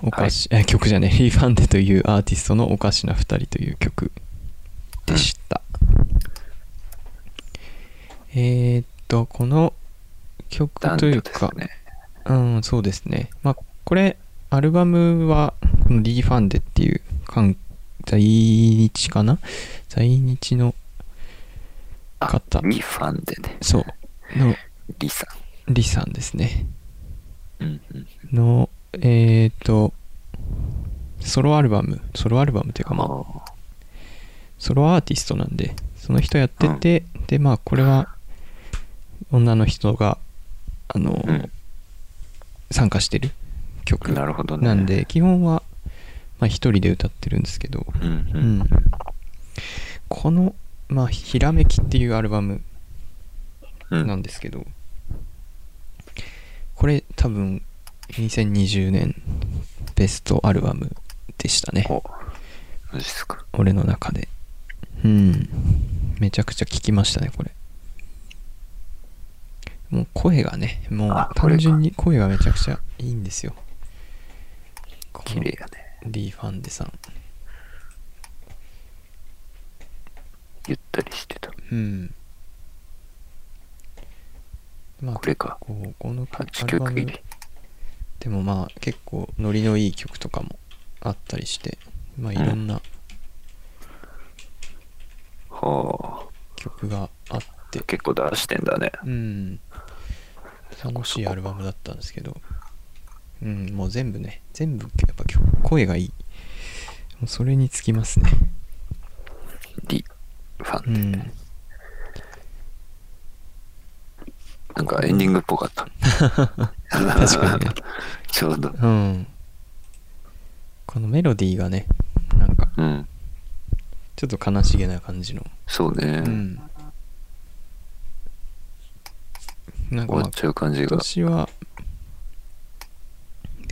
おかし、え、曲じゃねえ、リー・ファンデというアーティストのおかしな二人という曲でした。えーっと、この曲
男
とい
女
う
です
か、
ね。
うん、そうですね。まあ、これ、アルバムは、このリー・ファンデっていう、韓在日かな在日の方、
リファンでね。
そう、の
リさ
リさんですね。
ん。うんうん。
の、えっ、と、ソロアルバム、ソロアルバムっていうか、
あ
まあ、
ー
ソロアーティストなんで、その人やってて、で、まあ、これは、女の人が、あの、
うん
参加してる曲
なるほどね。
なんで、基本は、まあ、一人で歌ってるんですけど、
うんう。
うんん。この、まあ、ひらめきっていうアルバム
うん。
なんですけど、これ多分2020年ベストアルバムでしたね。
おマジですか。
俺の中で。うん。めちゃくちゃ聴きましたね、これ。もう声がね、も
あ
う
これ
単
か
純に声がめちゃくちゃいいんですよ。こ
綺
の
麗やね。
リー・ファンデさん。
ゆったりしてた。
うん。まあ
これか。
こうこの曲
8
アルバ
曲入
ム
り。
でもまあ結構ノリのいい曲とかもあったりしてまあいろんな
は
曲があって
あ。結構出してんだね。
うん楽しいアルバムだったんですけどうんもう全部ね全部やっぱ曲声がいいもうそれにつきますね
リファ
う
ンで。
ん
なんかエンディングっぽかった。
確か にね
ちょうど。
うんこのメロディーがねなんか
うん。
ちょっと悲しげな感じの
そうね。
うんなんか
終
ま
わ
あ
っちゃう感じ
今
が。
年は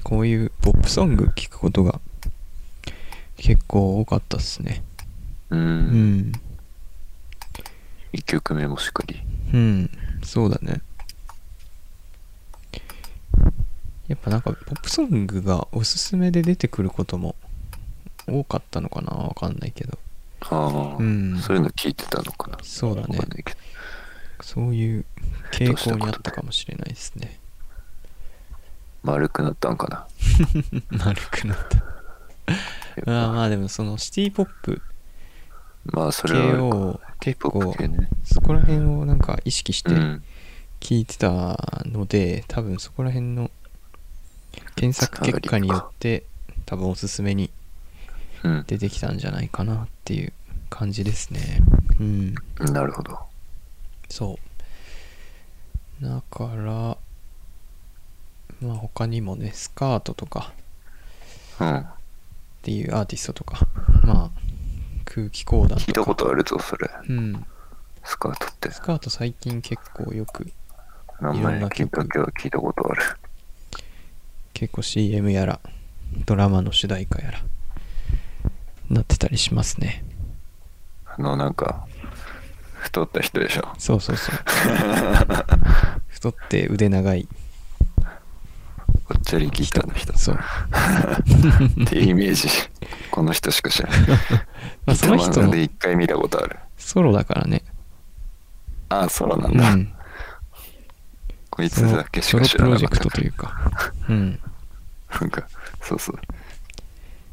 こういうポップソング聞くことが結構多かったっすね
う。
うんん
1曲目もしっかり。
うんそうだねやっぱなんかポップソングがおすすめで出てくることも多かったのかなわかんないけど
はあ、
うん
そういうの聞いてたのかな。
そうだね
わかんないけど
そういう傾向にあったかもしれないです ね
丸くなったんかな。
丸くなったまあまあでもそのシティポップ
まあそれ
系
は
を結
K-POP
構
系ね。
そこら辺をなんか意識して
うん。
聞いてたので多分そこら辺の検索結果によって多分おすすめに
うん。
出てきたんじゃないかなっていう感じですねうん
なるほど。
そうだからまあ他にもねスカートとか
うん。
っていうアーティストとかまあ空気講談
聞いたことあるぞ、それ。
うん
スカートって。
スカート最近結構よく
名前聞いたけど聞いたことある。
結構 CM やらドラマの主題歌やらなってたりしますね
あの、なんか、太った人で しょ。
そうそうそう太って腕長い
ぽっちゃりギターの人。
そう、
っていうイメージ。この人しか知らない。
まあ、 その
ギター
人
漫画
の
で一回見たことある。
ソロだからね
ああ、そうな
うん
だ。
ん
こいつ
その
だけし
ソ
か
ロ
知
プ
ら
ロ
な
ジェ
かった
ク
か
ト
ら
というかうん
なんか、そうそう。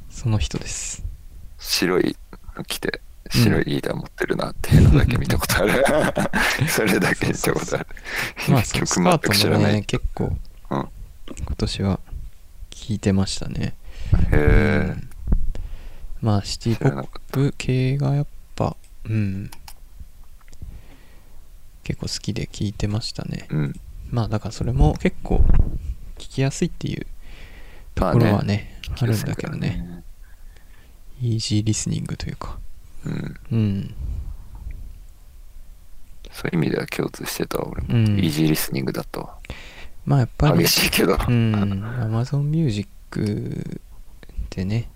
その人です
白いの着て、白いリーダー持ってるなっていうのだけ見たこと ある。それだけ見たことある。
まあその
曲
スカ
全く
ー
知
ト
ら
も
な
ね
い。
結構
うん。へ
今年は聴いてましたね
え。
まあシティ
知
ポ
らな
ッ
かった。
プ系がやっぱうん結構好きで聴いてましたね
うん。
まあだからそれも結構聞きやすいっていうところはね、あるんだけどね。イージーリスニングというか。
うん。
うん。
そういう意味では共通してたわ俺も。
うん
イージーリスニングだったわ。
まあやっぱり、
激しいけど、
うん、Amazon Music でね、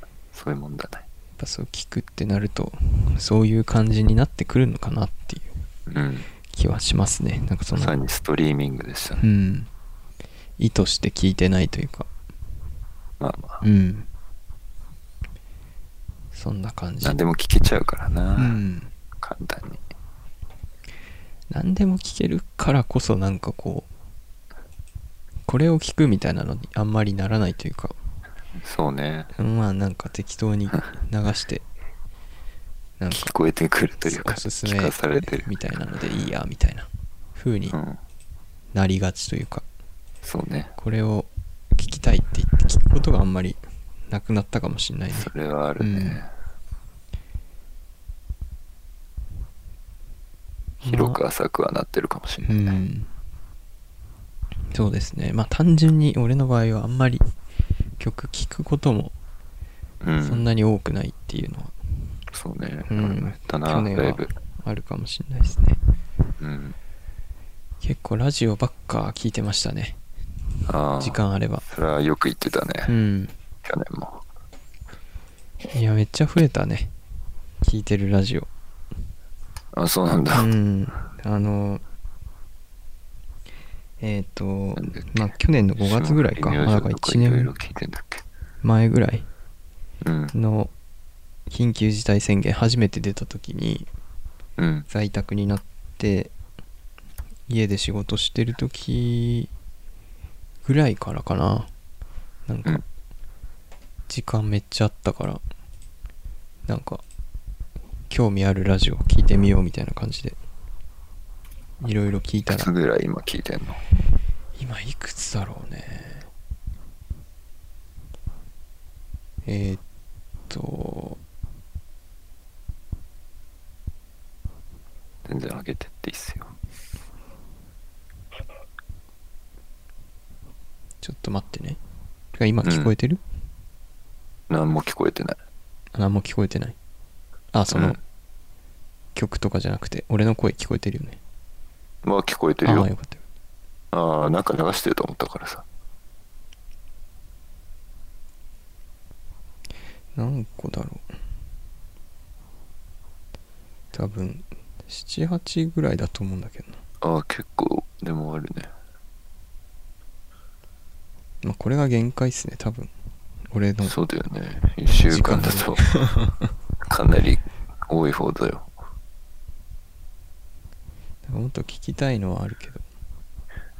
やっ
そういうもんだね。
ぱそう聞くってなると、そういう感じになってくるのかなっていう
うん。
気はしますね。なんかそ
まさ
の、
にストリーミングでしたね。
うん。意図して聞いてないというか
まあまあ
うんそんな感じ
何でも聞けちゃうからな、
うん
簡単に
何でも聞けるからこそなんかこうこれを聞くみたいなのにあんまりならないというか
そうね
まあなんか適当に流してなんか
聞こえてくるというか
おすすめ
聞かされてる
みたいなのでいいやみたいな風に
うん
なりがちというか、
そうね
これを聞きたいって言って聞くことがあんまりなくなったかもしれないね
それはあるね、広く浅くはなってるかもしれ
う
ない、
んそうですねまあ単純に俺の場合はあんまり曲聴くことも
うん
そんなに多くないっていうのは、
そうね、
う
うんん、やったな
去年
ライ
は
ブ、
あるかもしれないですね
うん、
結構ラジオばっか聞いてましたね
ああ
時間あれば
それはよく言ってたね、
うん
去年も
いやめっちゃ増えたね聞いてるラジオ
あそうなんだ、
うんあのえっ、と
なんだっけ
まあ去年の5月ぐらいか
そう
まあだから1
いろいろ
年
聞いてんだっけ
前ぐらい
うん
の緊急事態宣言初めて出た時に
うん
在宅になって家で仕事してる時ぐらいからかななん
う
か
ん
時間めっちゃあったからなんか興味あるラジオ聞いてみようみたいな感じでいろいろ聞い
い
た
くつ
ら
ぐらい今聞いてんの
今いくつだろうねえーっと
全然上げてっていいっすよ
ちょっと待ってねてか今聞こえてる、
何も聞こえてない
あ何も聞こえてないあその、
うん
曲とかじゃなくて俺の声聞こえてるよね
まあ聞こえて
あ
るよ
あよかったよ
ああなんか流してると思ったからさ
何個だろう多分78ぐらいだと思うんだけどな、
ああ結構でもあるね
まあ、これが限界っすね多分俺の
そうだよね1週間だと かなり多い方だよ
もっと聞きたいのはあるけど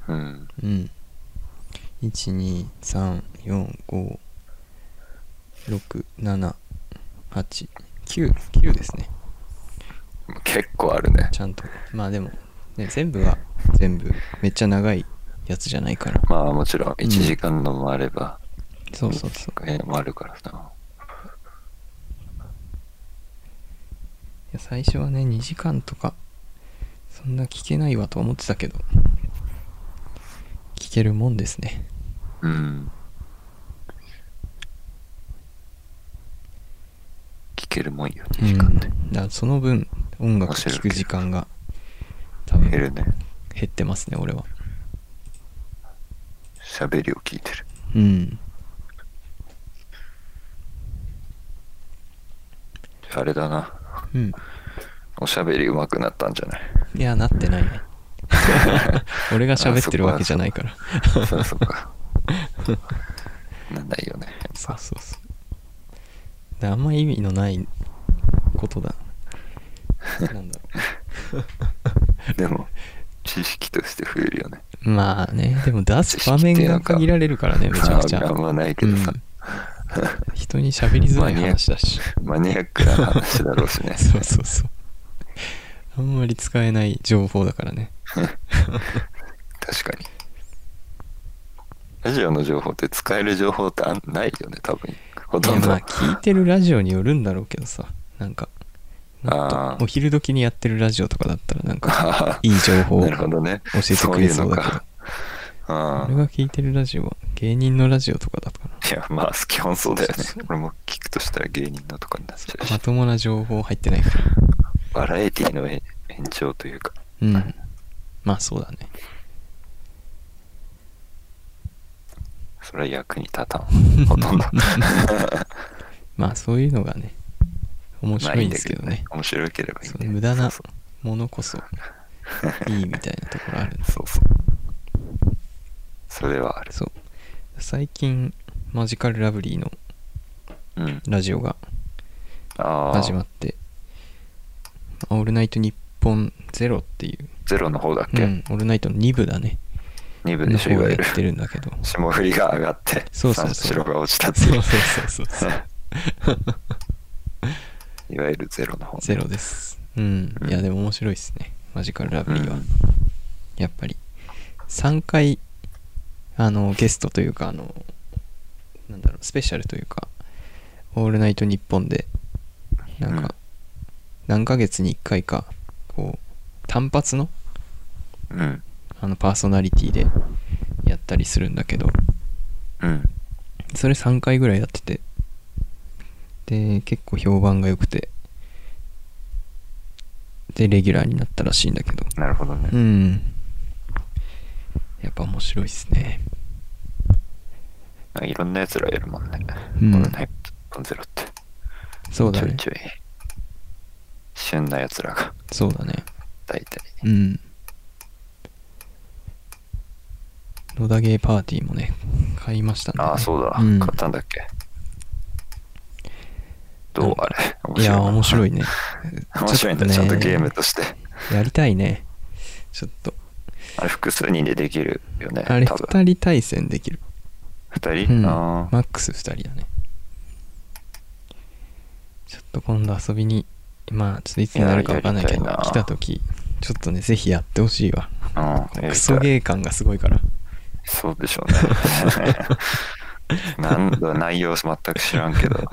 うん
うん。1,2,3,4,5,6,7,8,9,9ですね。
結構あるね
ちゃんと。まあでも、ね、全部が全部、めっちゃ長いやつじゃないから。
まあもちろん1時間のもあれば、
そうそうそう。
えもあるからさ
いや最初はね、2時間とか、そんな聞けないわと思ってたけど、聞けるもんですね。
うん聞けるもんよ2時間で、
うんだからその分、音楽聴く時間が、多分
減
減
るね
ってますね、俺は。
喋りを聞いてる
うん。
あれだな
うん。
おしゃべり上手くなったんじ ゃない
いや、なってない ね。俺が喋ってるわけじゃないから。
そうそうかなんないよね
そうそうそう。であんま意味のないことだ。なんだろ
でも知識として増えるよね
う。まあね、でも出す場面が限られるからね、めちゃくちゃ
あ。あんまないけ
う
ど
ん
さ、
人に喋りづらい話だし。
マニアックな話だろうしね
そうそうそう。あんまり使えない情報だからね。
確かにラジオの情報って使える情報ってあんないよね多分ほ
い
と
や
んど
まあ聞いてるラジオによるんだろうけどさ、なんか、もっと
あー
お昼時にやってるラジオとかだったらなんか、
あ
いい情報を
ーな
教
るほどね
えてくれそうだけど。
あ
俺が聞いてるラジオは芸人のラジオとかだったかな。
いやまあ基本そうだよね
そうそう
俺も聞くとしたら芸人のとかになっちゃうし
まともな情報入ってないから。
バラエティの延延長というか
うん。まあそうだね。
それは役に立たん ほとんど
まあそういうのがね、面
ま
白
あ
い
ん
ん
だ
ですけどね。
面白ければいい
そ
ね
う無駄な
そう
ものこそいいみたいなところあるんで
そうそうそうそれはある。
そう最近マジカルラブリーの
うん。
ラジオが
ああ
始、まって「オールナイトニッポンゼロっていう、
ゼロの方だっ
う
け
ん、オールナイトの2部だね
二部
の
でしょ、
方
いわ
をや
ゆる。
ってるんだけ ど
霜降りが上がって、
そうそうそう
三四郎が落ちたってい
そううそうそうそう
いわゆるゼロの方ね
ゼロですうん
うん
いやでも面白いっすねマジカルラブリーは、
うん
やっぱり3回あのゲストというかあのなんだろうスペシャルというか「オールナイトニッポン」でなん
うん
か何ヶ月に1回かこう単発の
うん。
あのパーソナリティでやったりするんだけど
うん。
それ3回ぐらいやっててで結構評判が良くてでレギュラーになったらしいんだけど
なるほどね。
うんやっぱ面白いっすね
なんかいろんな奴らやるもんね。
うん
オールナイトゼロって。
そうだ
ちょい
ね
ちょい。旬な奴らが、
そうだね
大体。
うん野田ゲーパーティーもね買いましたね
ああ、そうだ。
ん
買ったんだっけ。どうあれ。
いや面白い
ね。
ね
面白いんだ、ち
ょ
ゃ
っ
ん
ね
とゲームとして。
やりたいねちょっと
あれ、複数人でできるよね。
あれ
多分
2人対戦できる
二
う
人
ん
あ
マッ
あ
クス2人だねちょっと今度遊びにまあちょっといつになるかわかんないけど
いややりたいな
来た時ちょっとねぜひやってほしいわ
うんやりたい
クソゲー感がすごいから
そうでしょうね。 なんだ、内容全く知ら んけど。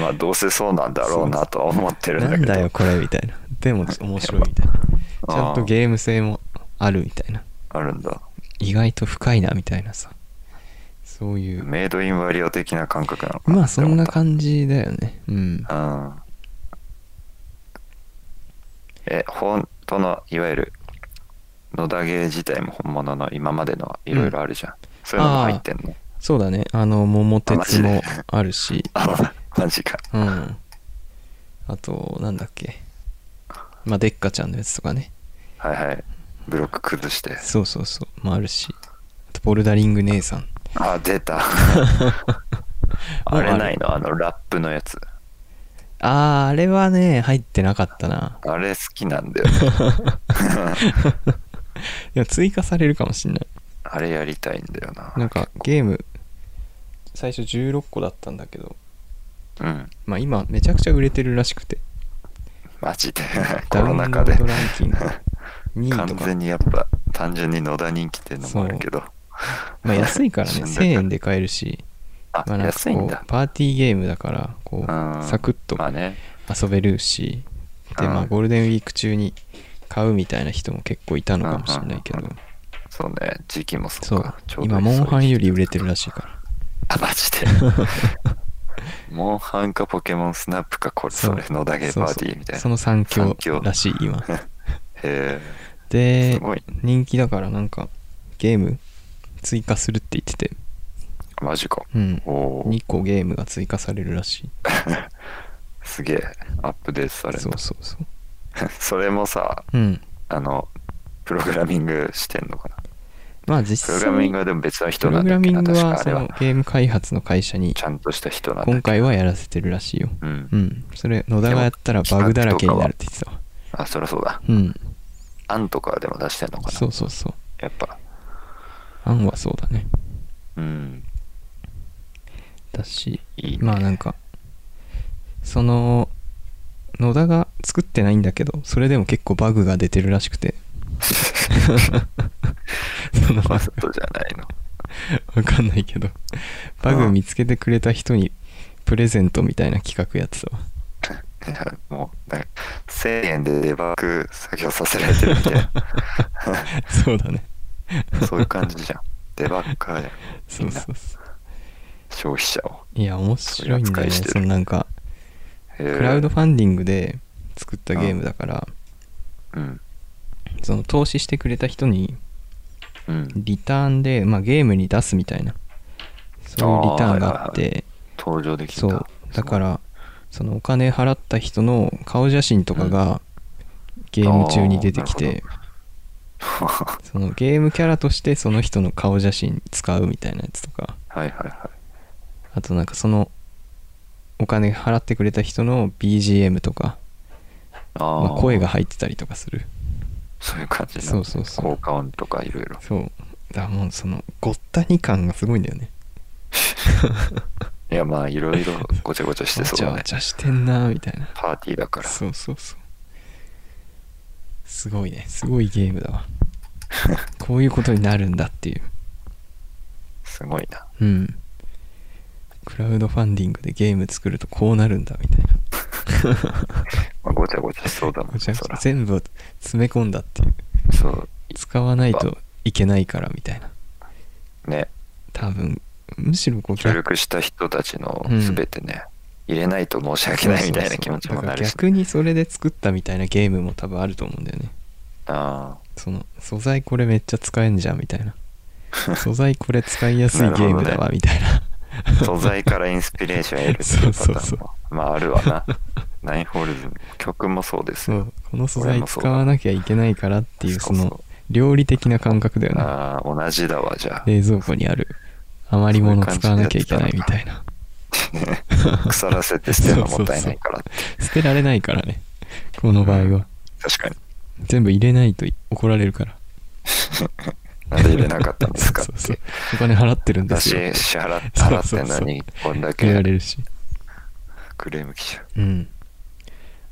まあ、どうせそうなんだろうなとは思ってるん
な
だけ
ん
ど。
だよこれみたいなでも面白いみたいなちゃんとゲーム性もあるみたいな
あるんだ。
意外と深いなみたいなさそういう
メイドインワリオ的な感覚なのか
まあそんな
じ。
感じだよねうん
うん。え、本当の、いわゆる、野田芸自体も本物の今までのいろいろあるじゃん。そういうのも入ってんの
そうだねあの桃
あマジ
鉄
で
もあるし
あ、マジか。
うん。あと、なんだっけ。まあ、でっかちゃんのやつとかね。
はいはい。ブロック崩して。
そうそうそう。まあ、あるし。あと、ボルダリング姉さん。
あ、出 た。あれないのあの、ラップのやつ。
あー、あれはね、入ってなかったな。
あれ好きな んだよ ね。
でも、追加されるかもしんない。
あれやりたいんだよな。
なんか、ゲーム、最初16個だったんだけど、
うん。
まあ、今、めちゃくちゃ売れてるらしくて。
マジで。コ
ダウ
ロ
ンロ
ナ
ー
禍
ド
で
ラ。ンキ ング2位と
完
か。
全にやっぱ、単純に野田人気っていうのもあるけど。
まあ、安いからね、
死んだ
1000円で買えるし、
あ、
まあ、なんか
安い
こ
ん
う
だ、。
パーティーゲームだから、こ
うん
う、サクッと
まあね。
遊べるし、で、
うん
まあ、ゴールデンウィーク中に買うみたいな人も結構いたのかもしれないけ
うんう
ど
ん、そうね。時期もそ
そうう
か。ちょ、うど
今、モンハンより売れてるらしいから。
あ、マジ で。モンハンかポケモンスナップか、これ、それ、野田ゲーパーティーみたいな。
そうそうその
三
3強
強
らしい、 今。
へ
で
すごい、
人気だから、なんか、ゲーム追加するって言ってて、
え、マジか。
うん。
おー
2個ゲームが追加されるらしい。
すげえ、アップデートされる
そうそうそう。
それもさ、
うん。
あの、プログラミングしてんのかな。
まあ
プ
実
ログ
際
ラミン
に、
グはでも別の人
プ
な
ログラ
んだっけ
ミ
な
ング
確か
は
あれ
その
は。
ゲーム開発の会社に
ちゃんとした人なんだっけ
今回はやらせてるらしいよ。
うん
う。ん。それ、野田がやったらバグだらけになるって言ってたわ。
あ、そりゃそうだ。
うん。
案とかはでも出してんのかな
そうそうそう。
やっぱ。
案はそうだね。
うん。
だし、
いいね
まあなんか、その、野田が作ってないんだけど、それでも結構バグが出てるらしく て。その
わざとじゃないの。
わかんないけど、バグ見つけてくれた人にプレゼントみたいな企画やってたわ。
いや、もう、なんか1000円でデバッグ作業させられてるみた いな。
そうだね。
そういう感じじゃん。デバッカーじゃん。
そうそうそう。
消費者を。
いや、面白いんだよね。
そういう扱いしてる
そのなんか、
ク
クラウドファンディングで作ったゲームだから、
うん。
その投資してくれた人に
うん。
リターンで、まあ、ゲームに出すみたいなそういうリターンがあっ
あーはい
て
登場できた。
そうだからそのお金払った人の顔写真とかがゲーム中に出てきて、
は
そのゲームキャラとしてその人の顔写真使うみたいなやつとか
いはいは
あとなんかそのお金払ってくれた人の BGM とか
い。あ
まあ
あ、
声が。入ってたりとかする
そういう感じな
そうそうそう
効果音とかいろいろ。
そうだからもうそのごったに感がすごいんだよね
いやまあいろいろごちゃごちゃして
わ
そう
ちゃ
だ
わ
ね。
ちゃしてんなみたいな
パーティーだから。
そうそうそうすごいねすごいゲームだわ こういうことになるんだっていう
すごいな。
うんクラウドファンディングでゲーム作るとこうなるんだみたいな
まあ、ごちゃごちゃしそうだもん
ご
ね。
ちゃご
そ
ちゃ
ら
全部を詰め込んだっていう
そう。
使わないといけないからみたいな
ね。
多分むしろこう
協力した人たちの
うん
すべてね、入れないと申し訳ないみたいな気持ちもなるし
だ。から逆にそれで作ったみたいなゲームも多分あると思うんだよね
ああ。
その素材これめっちゃ使えんじゃんみたい な素材これ使いやすいゲームだわみたいな
素材からインスピレーションを得るっていうパターンも
そうそうそ
まああるわな ナインホールズの曲もそうです
そ
よ
うこの素材使わなきゃいけないからっていう
そ
そう
そう
の料理的な感覚だよね
ああ同じだわじゃ
冷蔵庫にある余り物使わなきゃいけないみたいな
あ腐らせて捨てるのはもったいないからって
捨てられないからねこの場合は
確かに
全部入れないと怒られるから
なんで入れなかったんですかっ
そうそう
て
そうお金払ってるんで
だ
す
し
よ
支払って
そう
払
そう
っ
そう
てんのにこんだ
言われ
け
るし
クレーム来ちゃう
うん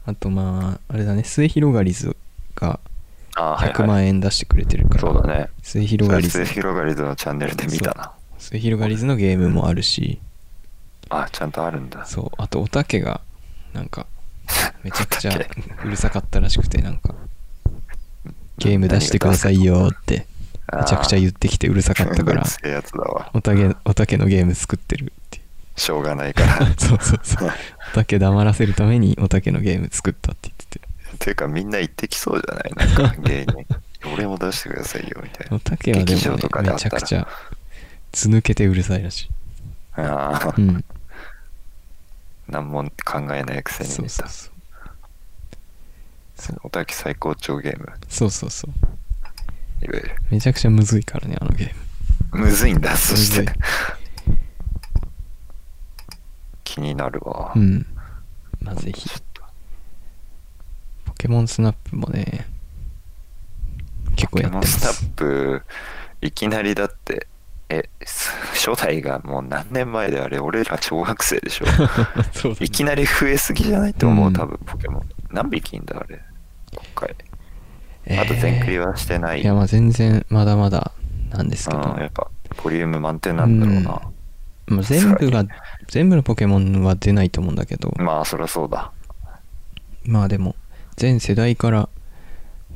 あとまああれだね末広がりずが
ああはい
100
はい
万円出してくれてるから、
そうだね
末
広
広
が
が
り
り
ず
ず
広がりずのチャンネルで見たな
末広がりずのゲームもあるし
あちゃんとあるんだ
そうあとおたけがなんかめちゃくち
お
ゃ
たけ
うるさかったらしくてなんかゲーム出してくださいよってめちゃくちゃ言ってきてうるさかったか
う
ら
るせえやつだわ
おたけおたけのゲーム作ってるっていう
しょうがないから
そうそうそう。おたけ黙らせるためにおたけのゲーム作ったって言ってて。
ていうかみんな行ってきそうじゃないなんか芸人俺も出してくださいよみたいな
おたけはで
劇
も
場
ね
とかであ
め
っ
ちゃ
たら
くちゃ、つぬけてうるさいらしい。
ああ、
うん。
何も考えないくせに
そう
寝
そ
た
うそう。そう
おたき最高潮ゲーム
そうそうそう。
いわゆる
めちゃくちゃむずいからね、あのゲーム。
むずいんだそし
む
て気になるわ、
うん。まあ、ぜひ
ちょ。っと
ポケモンスナップもね、結構
ポケ
やってま
モンスナ
す
ッ。プいきなりだってえす 初代がもう何年前であれ俺ら小学生でしょ
そうだね
いきなり増えすぎじゃないと思う、
うん
多分ポケモン何匹いんだあれ今回あと全クリはしてな
えー
い
いや、まあ全然まだまだなんですけど。
うん、やっぱボリューム満点なんだろうな、
まあ全部が、全部のポケモンは出ないと思うんだけど。
まあそりゃそうだ
まあでも全世代から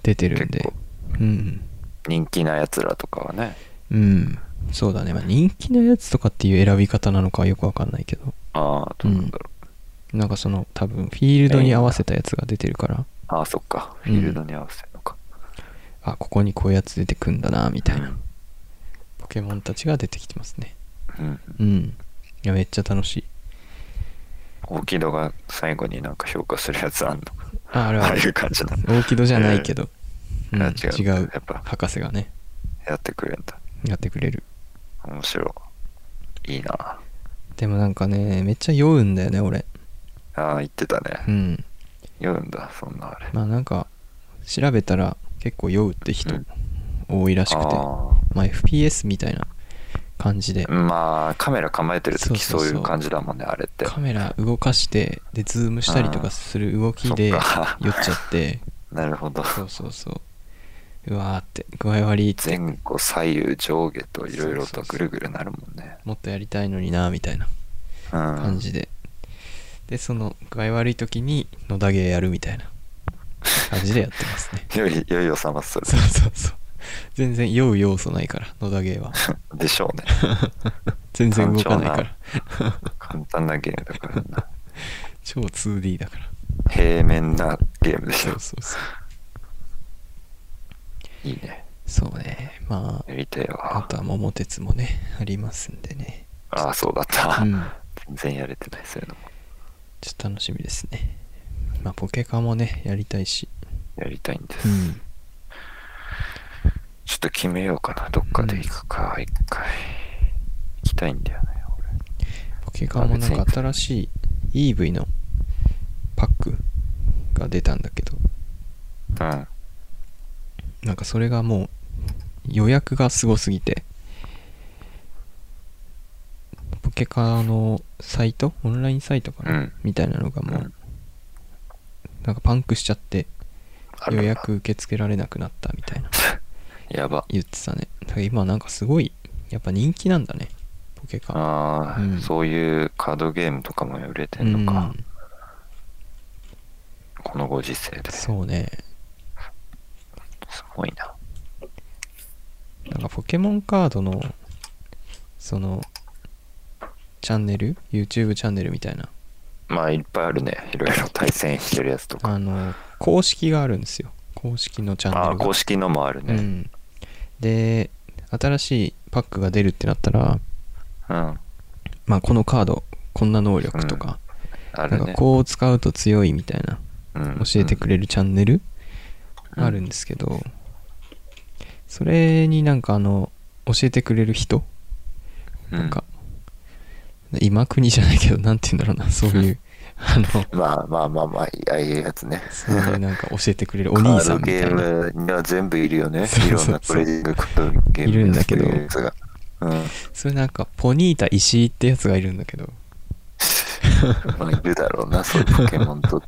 出てるん
結
で
構
うん
人気なやつらとかはね
うんそうだね、まあ、人気のやつとかっていう選び方なのかはよくわかんないけど
ああどうなんだろう、
なんかその多分フィールドに合わせたやつが出てるから
ああそっか
う
フ
ん
ィールドに合わせるのか、
あここにこういうやつ出てくんだなみたいな、
うん
ポケモンたちが出てきてますね
うん、
うんいやめっちゃ楽しい
大木戸が最後になんか評価するやつあんの
ああれ
あ
は
あいう感じなの
大木戸じゃないけど、
え
うん
あ違う
違う
やっぱ
博士がね
やってくれんだ
やってくれる
面白いいいなあ
でもなんかねめっちゃ酔うんだよね俺
あ言ってた
う
ね
ん
読んだそんなあれ
まあなんか調べたら結構酔うって人多いらしくて、
あ
まあ FPS みたいな感じで
あまあカメラ構えてる時
そ
そうう
そうそう
いう感じだもんねあれって
カメラ動かしてでズームしたりとかする動きで
うん
酔っ
そっか
ちゃって
なるほど
そうそうそううわーって具合悪いって
前後左右上下といろいろとぐるぐるなるもんね
もっとやりたいのになみたいな
う
感
ん
じででその具合悪い時に野田芸やるみたいな感じでやってます ね
よいよいよさますそれ
そうそうそう全然酔う要素ないから野田芸は
でしょうね
全然動かないから
簡単なゲームだからな
超 2D だから
平面なゲームでし
そ
ょ
うそうそう
いいね
そうねま
やりてえ
ああ
わ
とは桃鉄もねありますんでね
ああそうだった、
うん
全然やれてないそういうのも
ちょっと楽しみですねまあポケカもねやりたいし
やりたいんです、
うん
ちょっと決めようかな。どっかで行くか、一回。行きたいんだよね、
ポケカもなんか新しい EV のパックが出たんだけど、
俺。うん。
なんかそれがもう予約がすごすぎて、ポケカのサイトオンラインサイトかな、
うん
みたいなのがもう、
うん
なんかパンクしちゃって
あら
予約受け付けられなくなったみたいな
やば。
言ってたね。だから今なんかすごい、やっぱ人気なんだね、ポケカ。
ああ、
うん
そういうカードゲームとかも売れてんのか。
うん
このご時世で。す
そうね。
ごいな。
なんかポケモンカードの、その、チャンネル ?YouTube チャンネルみたいな。
まあ、いっぱいあるね。いろいろ対戦してるやつとか。
あの、公式があるんですよ。公式のチャンネル
あ
が。
あ、公式のもある
う
ね。
ん。で、新しいパックが出るってなったら、
うん。
まあこのカード、こんな能力とか、
あ
な
る
んか
ね。
こう使うと強いみたいな、
うん
教えてくれるチャンネル
うん
あるんですけど、それになんかあの、教えてくれる人なんか、今国じゃないけど、なんて言うんだろう な、そういう、あの、
まあまあまあまあ、ああいうやつね。
そういうなんか教えてくれるお兄さんみたい
カー
な。
ドゲームには全部いるよね。
そう
い
そう
ろん
そう
なトレーディングカードゲーム
いるんだけど
そういうやつがうん。
それなんか、ポニータ石井ってやつがいるんだけど、
まあ、いるだろうな、そういうポケモンと。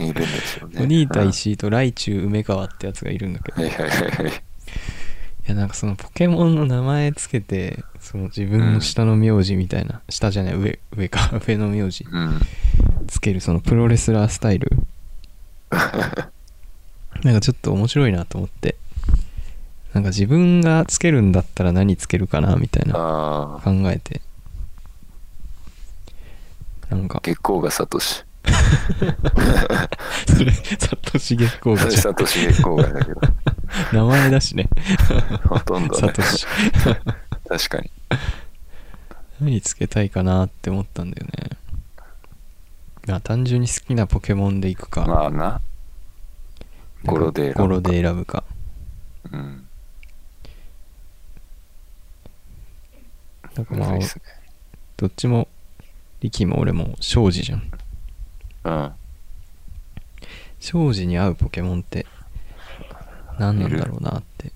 いるんでしょうね。
ポニータ
うん
石井とライチュウ梅川ってやつがいるんだけど、
はい
い
はいはいはい。
やなんかそのポケモンの名前つけて、その自分の下の名字みたいな、下じゃない、上、上か、 上の名字
うん。
つけるそのプロレスラースタイル、 なんかちょっと面白いなと思って、なんか自分がつけるんだったら何つけるかな、みたいな。
ああ、
考えてなんか
月光がサトシ。
それサトシ月光が
サトシ月光がだけど、
名前だしね
ほとんど
サ
ね
ト。シ
確かに。
何つけたいかなって思ったんだよねまあ単純に好きなポケモンでいくか、
まあな。ゴロ
なん
で
かゴロで選ぶか
うん。
なんか
む
ま
ず
あ
いっすね。
どっちもリキも俺も庄司じゃん
うん。
庄司に合うポケモンって何なんだろうなって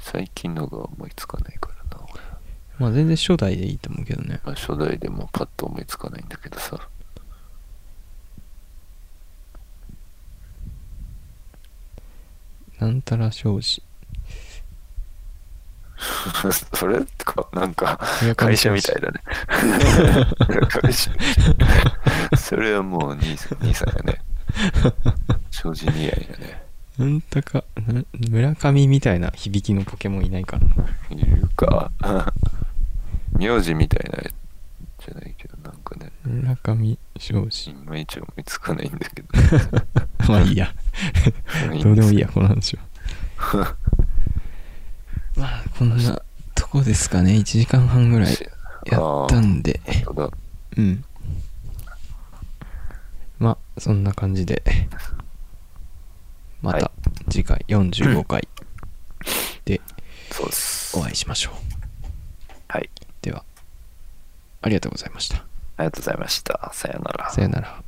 最近のが思いつかないからな、俺。
まあ全然初代でいいと思うけどね
まあ、初代でもパッと思いつかないんだけどさ。
なんたら庄司
それか、なんか
村、上
会社みたいだね。会社それはもう兄さん、兄さんやね。正直似合いやね。
なんたか、な村上みたいな響きのポケモンいないかな。
いるか。 名字みたいな、じゃないけど、なんかね、
村上庄司
い。まいち思いつかないんだけど。。
まあいいや どうでもいいや、この話は。 まあ、こんなとこですかね。1時間半ぐらい やったんで。
ただ、
うん。まあ、そんな感じで。ま
は
た次回45回 で
そうっす。
お会いしましょう。
はい。
では、ありがとうございました。
ありがとうございました。さよなら。
さよなら。